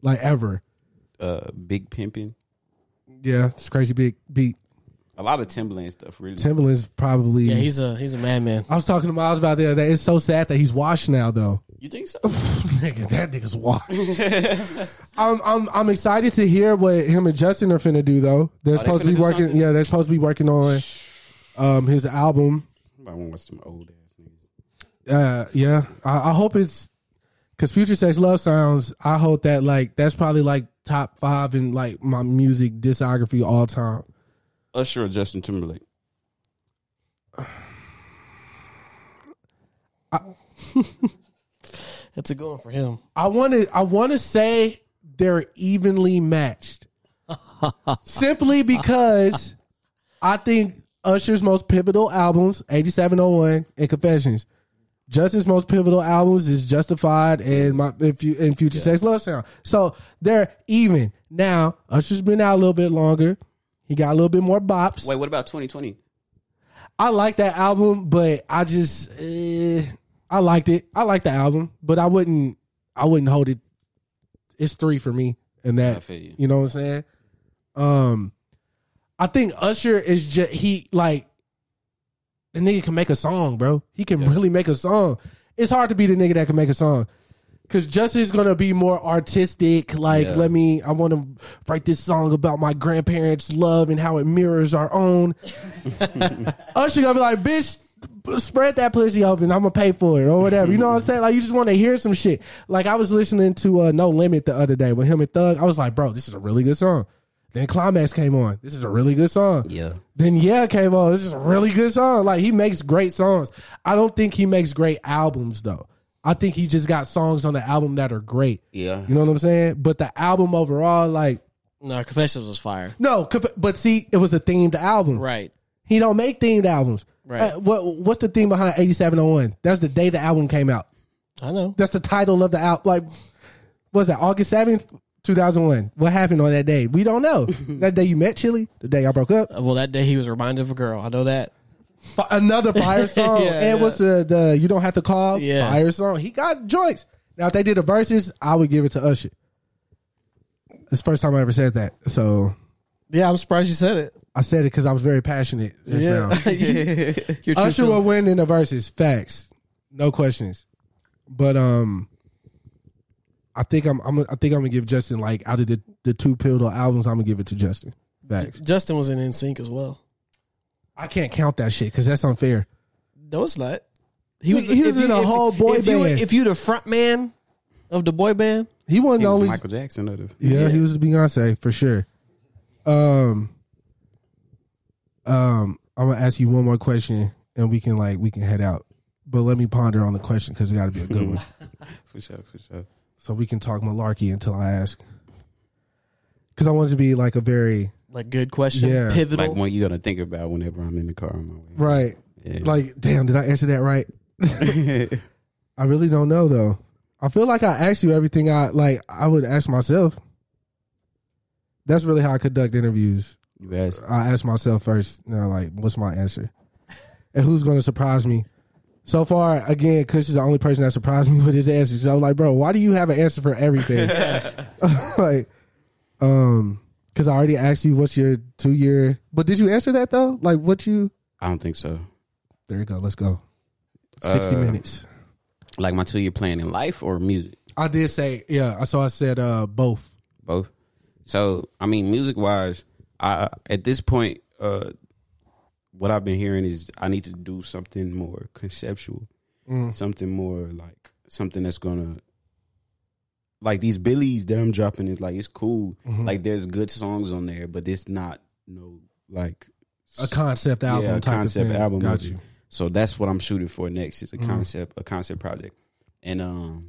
C: like ever?
I: Uh, Big pimping.
C: Yeah, it's crazy big beat.
I: A lot of Timberland stuff, really.
C: Timbaland's probably.
D: yeah, he's a he's a madman.
C: I was talking to Miles about the other day. It's so sad that he's washed now, though.
I: you think so?
C: Nigga, that nigga's wild. I'm, I'm I'm excited to hear what him and Justin are finna do though. They're
I: they
C: supposed
I: finna
C: to be
I: do
C: working.
I: something?
C: Yeah, they're supposed to be working on um his album.
I: I want some old ass niggas.
C: Uh, yeah, I, I hope it's because Future Sex Love Sounds. I hope that like that's probably like top five in like my music discography all time.
I: Usher or Justin Timberlake?
D: That's a good one for him.
C: I want to I want to say they're evenly matched. Simply because I think Usher's most pivotal albums, 8701 and Confessions. Justin's most pivotal albums is Justified and my if you and Future Sex Love Sound. So they're even. Now, Usher's been out a little bit longer. He got a little bit more bops.
I: Wait, what about 2020?
C: I like that album, but I just eh, I liked it. I like the album, but I wouldn't I wouldn't hold it. It's three for me, and that
I: I feel you.
C: know what I'm saying. Um, I think Usher is just he like the nigga can make a song, bro. He can really make a song. It's hard to be the nigga that can make a song. Cause Justin's gonna be more artistic. Like,
K: Yeah.
C: let me. I want to write this song about my grandparents' love and how it mirrors our own. Usher gonna be like, bitch, spread that pussy open. I'm gonna pay for it or whatever. You know what I'm saying? Like, you just want to hear some shit. Like, I was listening to uh, No Limit the other day with him and Thug. I was like, bro, this is a really good song. Then Climax came on. This is a really good song.
H: Yeah.
C: Then yeah, came on. This is a really good song. Like he makes great songs. I don't think he makes great albums though. I think he just got songs on the album that are great.
H: Yeah.
C: You know what I'm saying? But the album overall, like
D: No, Confessions was fire.
C: no, conf- but see, it was a themed album.
D: Right.
C: He don't make themed albums.
D: Right.
C: Uh, what what's the theme behind 8701? That's the day the album came out.
D: I know.
C: That's the title of the album. Like, what's that? August seventh, two thousand one. What happened on that day? We don't know. that day you met Chili. The day I broke up.
D: Uh, Well, that day he was reminded of a girl. I know that.
C: Fi another fire song.
D: Yeah,
C: and
D: yeah.
C: what's the the you don't have to call
D: Yeah.
C: fire song? He got joints. Now if they did a verses, I would give it to Usher. It's the first time I ever said that. So
D: Yeah, I'm surprised you said it.
C: I said it because I was very passionate just now.
D: You're true
C: Usher will win in the verses. Facts, no questions. But um, I think I'm, I'm I think I'm gonna give Justin like out of the the two Pillow albums, I'm gonna give it to Justin. Facts.
D: Justin was in NSYNC as well.
C: I can't count that shit because that's unfair.
D: No, it's not. He was.
C: He was
D: if
C: in a
D: if-
C: whole boy
D: if you-
C: band.
D: if you the front man of the boy band,
C: He wasn't
H: He
C: the
H: was
C: only
H: Michael Jackson. Of the,
C: Yeah, he was Beyonce for sure. Um, um, I'm gonna ask you one more question, and we can like we can head out. But let me ponder on the question because it got to be a good one,
H: for sure, for sure.
C: so we can talk malarkey until I ask. Because I want it to be like a very
D: like good question,
C: Yeah.
D: pivotal.
H: Like one you gonna think about whenever I'm in the car on my way.
C: right,
H: Yeah.
C: like damn, did I answer that right? I really don't know though. I feel like I asked you everything I like. I would ask myself. That's really how I conduct interviews.
H: you ask.
C: I ask myself first, you know, like, what's my answer? And who's going to surprise me? So far, again, Kush is the only person that surprised me with his answers. I was like, bro, why do you have an answer for everything? like, um, because I already asked you what's your two year, but did you answer that though? Like, what you?
H: I don't think so.
C: There you go. Let's go. Sixty
H: Uh,
C: minutes.
H: Like my two year plan in life or music?
C: I did say, yeah. So I said uh both.
H: both. So I mean, music wise, I at this point, uh, what I've been hearing is I need to do something more conceptual,
C: Mm.
H: something more like something that's gonna like these billies that I'm dropping is like it's cool.
C: Mm-hmm.
H: Like there's good songs on there, but it's not no like
C: A concept album
H: yeah, a
C: type
H: concept
C: of thing.
H: album.
C: Got
H: with it.
C: you. Mm-hmm.
H: So that's what I'm shooting for next. It's a concept, a concept project, and um,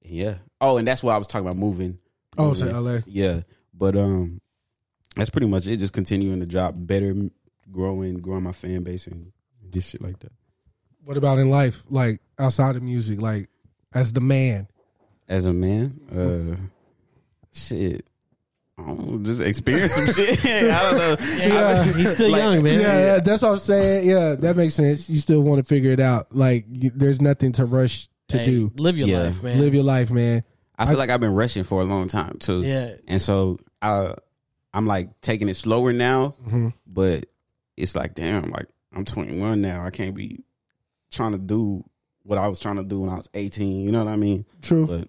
H: yeah. Oh, and that's why I was talking about moving.
C: Oh, to
H: Moving.
C: LA.
H: Yeah, but um, that's pretty much it. Just continuing to drop better, m- growing, growing my fan base and just shit like that.
C: What about in life? Like outside of music, like as the man.
H: As a man, uh, shit. I don't know, just experience some shit. I don't know.
D: He's still young, man.
C: yeah, yeah, that's what I'm saying. Yeah, that makes sense. You still want to figure it out. Like, you, there's nothing to rush to
D: Hey,
C: do.
D: live your
H: Yeah.
D: life, man.
C: Live your life, man.
H: I feel like I've been rushing for a long time too.
D: Yeah.
H: And so I I'm like taking it slower now, but it's like damn, like I'm 21 now. I can't be trying to do what I was trying to do when I was 18. You know what I mean?
C: True, but,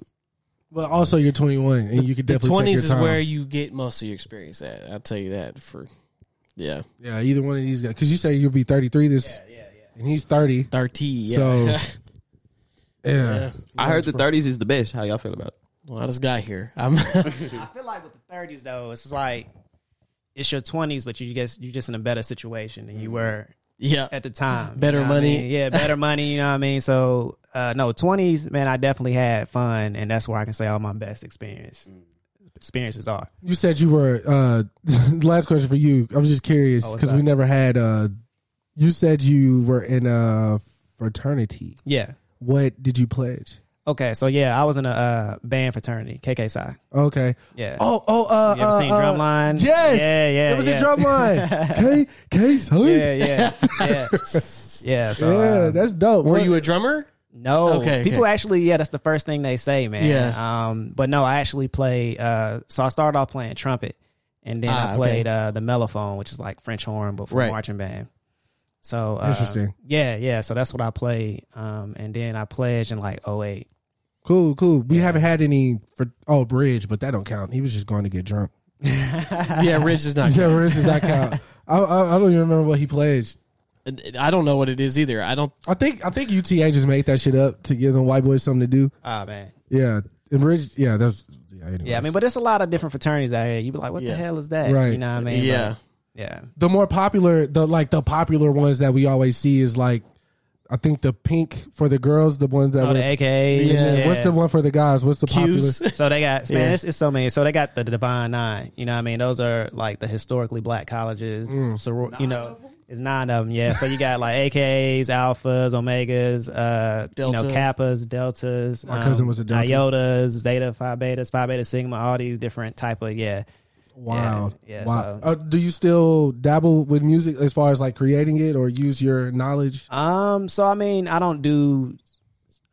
H: But
C: also you're 21 and you could
D: the
C: definitely take
D: twenties
C: your
D: is
C: time.
D: where you get most of your experience at. I'll tell you that for yeah,
C: yeah, either one of these guys. Because you say you'll be 33 this, and he's 30.
D: thirty. Yeah.
C: So- Yeah,
H: I heard the 30s is the best. How y'all feel about it?
D: well, I just got here. I'm
J: I feel like with the thirties though, it's like it's your twenties, but you guess you're just in a better situation than you
C: Mm-hmm.
J: were
D: yeah.
J: at the time.
D: Better
J: what I
D: money.
J: mean? Yeah, better money, you know what I mean? So uh no, twenties, man, I definitely had fun and that's where I can say all my best experience
C: Mm.
J: experiences are.
C: you said you were. uh Last question for you. I was just curious
J: what's
C: because we
J: that?
C: never had. uh You said you were in a fraternity.
J: Yeah.
C: What did you pledge?
J: Okay, so yeah, I was in a uh, band fraternity, KK Psi.
C: Okay.
J: Yeah.
C: Oh, oh, uh,
J: You ever
C: uh,
J: seen
C: uh,
J: Drumline?
C: Yes.
J: Yeah, yeah,
C: It was
J: yeah.
C: a drumline. K, K, son.
J: Yeah, yeah, yeah, yeah. So,
C: Yeah,
J: uh,
C: that's dope.
D: Were
C: What-
D: you a drummer?
J: no,
D: Okay,
J: people
D: okay.
J: actually, yeah, that's the first thing they say, man.
D: Yeah.
J: Um, but no, I actually play. Uh, so I started off playing trumpet, and then
D: Ah,
J: I
D: okay.
J: played uh, the mellophone, which is like French horn, but for
D: Right.
J: marching band. So uh,
C: Interesting.
J: Yeah, yeah. So that's what I play. Um, and then I pledged in like 08.
C: Cool, cool. We haven't had any for oh Bridge, but that don't count. He was just going to get drunk.
D: yeah, Ridge is not.
C: Yeah, Bridge does not count. I, I, I don't even remember what he played.
D: I don't know what it is either. I don't.
C: I think I think UTA just made that shit up to give them white boys something to do.
J: Oh man.
C: Yeah, and Bridge. Yeah, that's yeah. Anyways.
J: Yeah, I mean, but it's a lot of different fraternities out here. You be like, what
D: Yeah.
J: the hell is that?
C: Right.
J: You know what I mean?
D: Yeah,
J: But, yeah.
C: the more popular, the like the popular ones that we always see is like, I think the pink for the girls, the ones that
J: Oh,
C: were.
J: the AKAs.
C: yeah. What's the one for the guys? What's the popular?
D: Q's.
J: So they got man,
D: Yeah.
J: it's, it's so many. So they got the Divine Nine. You know, what I mean, those are like the historically black colleges.
C: Mm.
J: soror- you know, it's nine of them. Yeah. So you got like AKAs, Alphas, Omegas, uh, you
D: Delta.
J: know, Kappas, Deltas. um,
C: My cousin was a Delta.
J: Iotas, Zeta, Phi Betas, Phi Beta Sigma. All these different type of yeah.
C: Wow.
J: Yeah,
C: wow.
J: so-
C: Uh, do you still dabble with music as far as like creating it or use your knowledge?
J: Um, so I mean, I don't do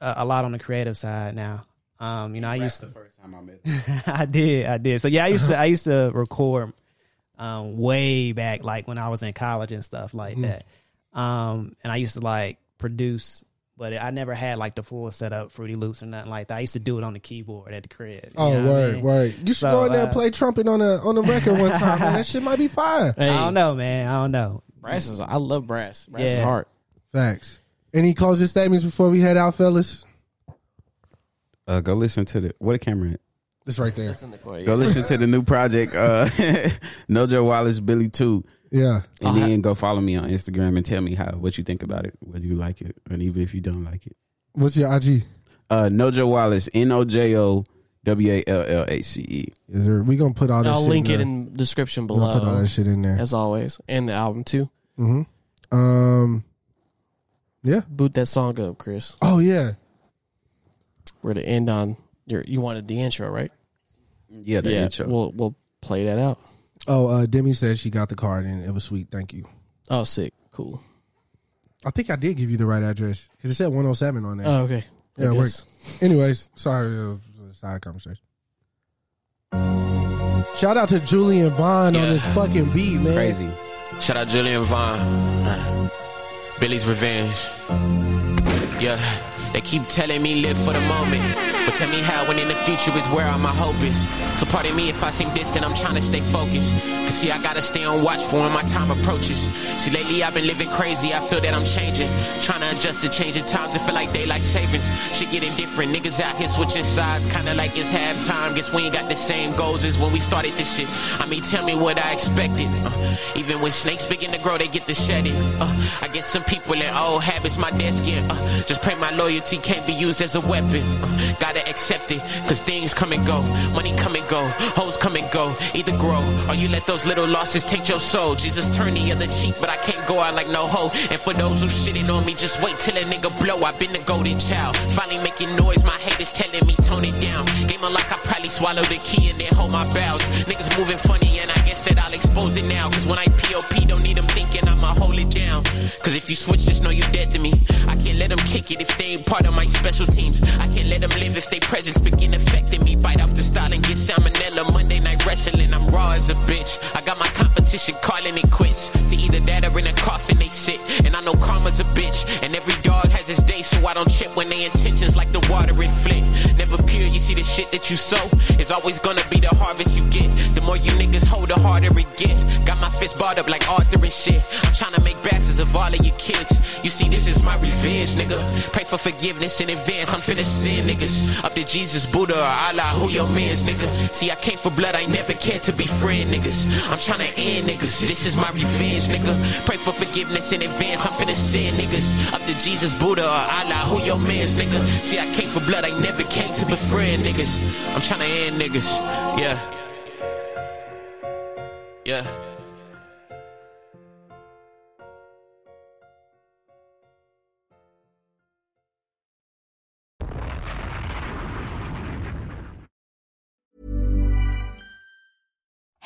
J: a, a lot on the creative side now. Um, you know, I used to.
I: First time I met.
J: I did, I did. So yeah, I used to, I used to record, um, way back, like when I was in college and stuff like
C: Mm-hmm.
J: that. Um, and I used to like produce, but I never had like the full setup, Fruity Loops or nothing like that. I used to do it on the keyboard at the crib. you
C: Oh,
J: know what I
C: word,
J: mean?
C: word. You should
J: So,
C: go in there
J: uh,
C: and play trumpet on a on a record one time, man. That shit might be fire.
D: Hey,
J: I don't know, man. I don't know.
D: Brass is. I love brass. Brass is
J: Yeah.
D: hard.
C: Facts. Any closing statements before we head out, fellas?
I: Uh, go listen to the what a camera. At?
C: It's right there.
I: Go listen to the new project. Uh, Nojo Wallace Billy Two,
C: Yeah.
I: and then go follow me on Instagram and tell me how what you think about it, whether you like it, and even if you don't like it.
C: What's your IG?
I: Uh, Nojo Wallace, N O J O W A L L A C E.
C: Is there, we gonna put all this.
D: I'll
C: shit
D: link
C: in
D: it
C: the-
D: in the description
C: we gonna put all
D: below,
C: that shit in there.
D: as always, and the album too.
C: hmm Um. Yeah.
D: Boot that song up, Chris.
C: Oh yeah.
D: We're to end on your. You wanted the intro, right?
I: Yeah, the intro.
D: We'll we'll play that out.
C: Oh, uh, Demi said she got the card and it was sweet. Thank you.
D: Oh, sick, cool.
C: I think I did give you the right address because it said 107 on there.
D: Oh, okay. I
C: Yeah, it
D: guess.
C: Anyways, sorry, uh, side conversation. Shout out to Julian Vaughn on
E: Yeah.
C: this fucking beat, man.
I: Crazy.
E: Shout out Julian Vaughn. Uh, Billy's Revenge. Yeah, they keep telling me live for the moment. But tell me how when in the future is where all my hope is. So pardon me if I seem distant, I'm trying to stay focused. Cause see, I gotta stay on watch for when my time approaches. See, lately I've been living crazy, I feel that I'm changing. Trying to adjust to changing times, it feel like daylight savings. Shit getting different, niggas out here switching sides, kinda like it's halftime. Guess we ain't got the same goals as when we started this shit. I mean, tell me what I expected. Uh, even when snakes begin to grow, they get to shed it. Uh, I guess some people in old habits, my dead skin. Uh, just pray my loyalty can't be used as a weapon. Uh, gotta accept it, cause things come and go. Money come and go, hoes come and go. Either grow, or you let those little losses take your soul. Jesus turn the other cheek, but I can't go out like no hoe. And for those who shitting on me, just wait till a nigga blow. I've been the golden child. Finally making noise, my haters telling me tone it down. Game on like I probably swallowed the key and then hold my bowels. Niggas moving funny, and I guess that I'll expose it now. Cause when I POP, don't need them thinking I'ma hold it down. Cause if you switch, just know you dead to me. I can't let them kick it if they ain't part of my special teams. I can't let them live if they presence begin affecting me. Bite off the style and get salmonella. Monday night wrestling, I'm raw as a bitch. I got my competition calling it quits. See, either that or in a coffin they sit. And I know karma's a bitch. And every dog has its day, so I don't trip when they intentions like the water it flick. Never pure, you see the shit that you sow. It's always gonna be the harvest you get. The more you niggas hold, the harder it get. Got my fist barred up like Arthur and shit. I'm tryna make bastards of all of your kids. You see, this is my revenge, nigga. Pray for forgiveness in advance. I'm finna send niggas up to Jesus, Buddha, or Allah, who your man's, nigga. See, I came for blood, I never cared to befriend niggas. I'm tryna end niggas. This is my revenge, nigga. Pray for forgiveness in advance. I'm finna send niggas up to Jesus, Buddha, or Allah, who your man's, nigga. See, I came for blood, I never came to befriend niggas. I'm tryna end niggas. Yeah. Yeah.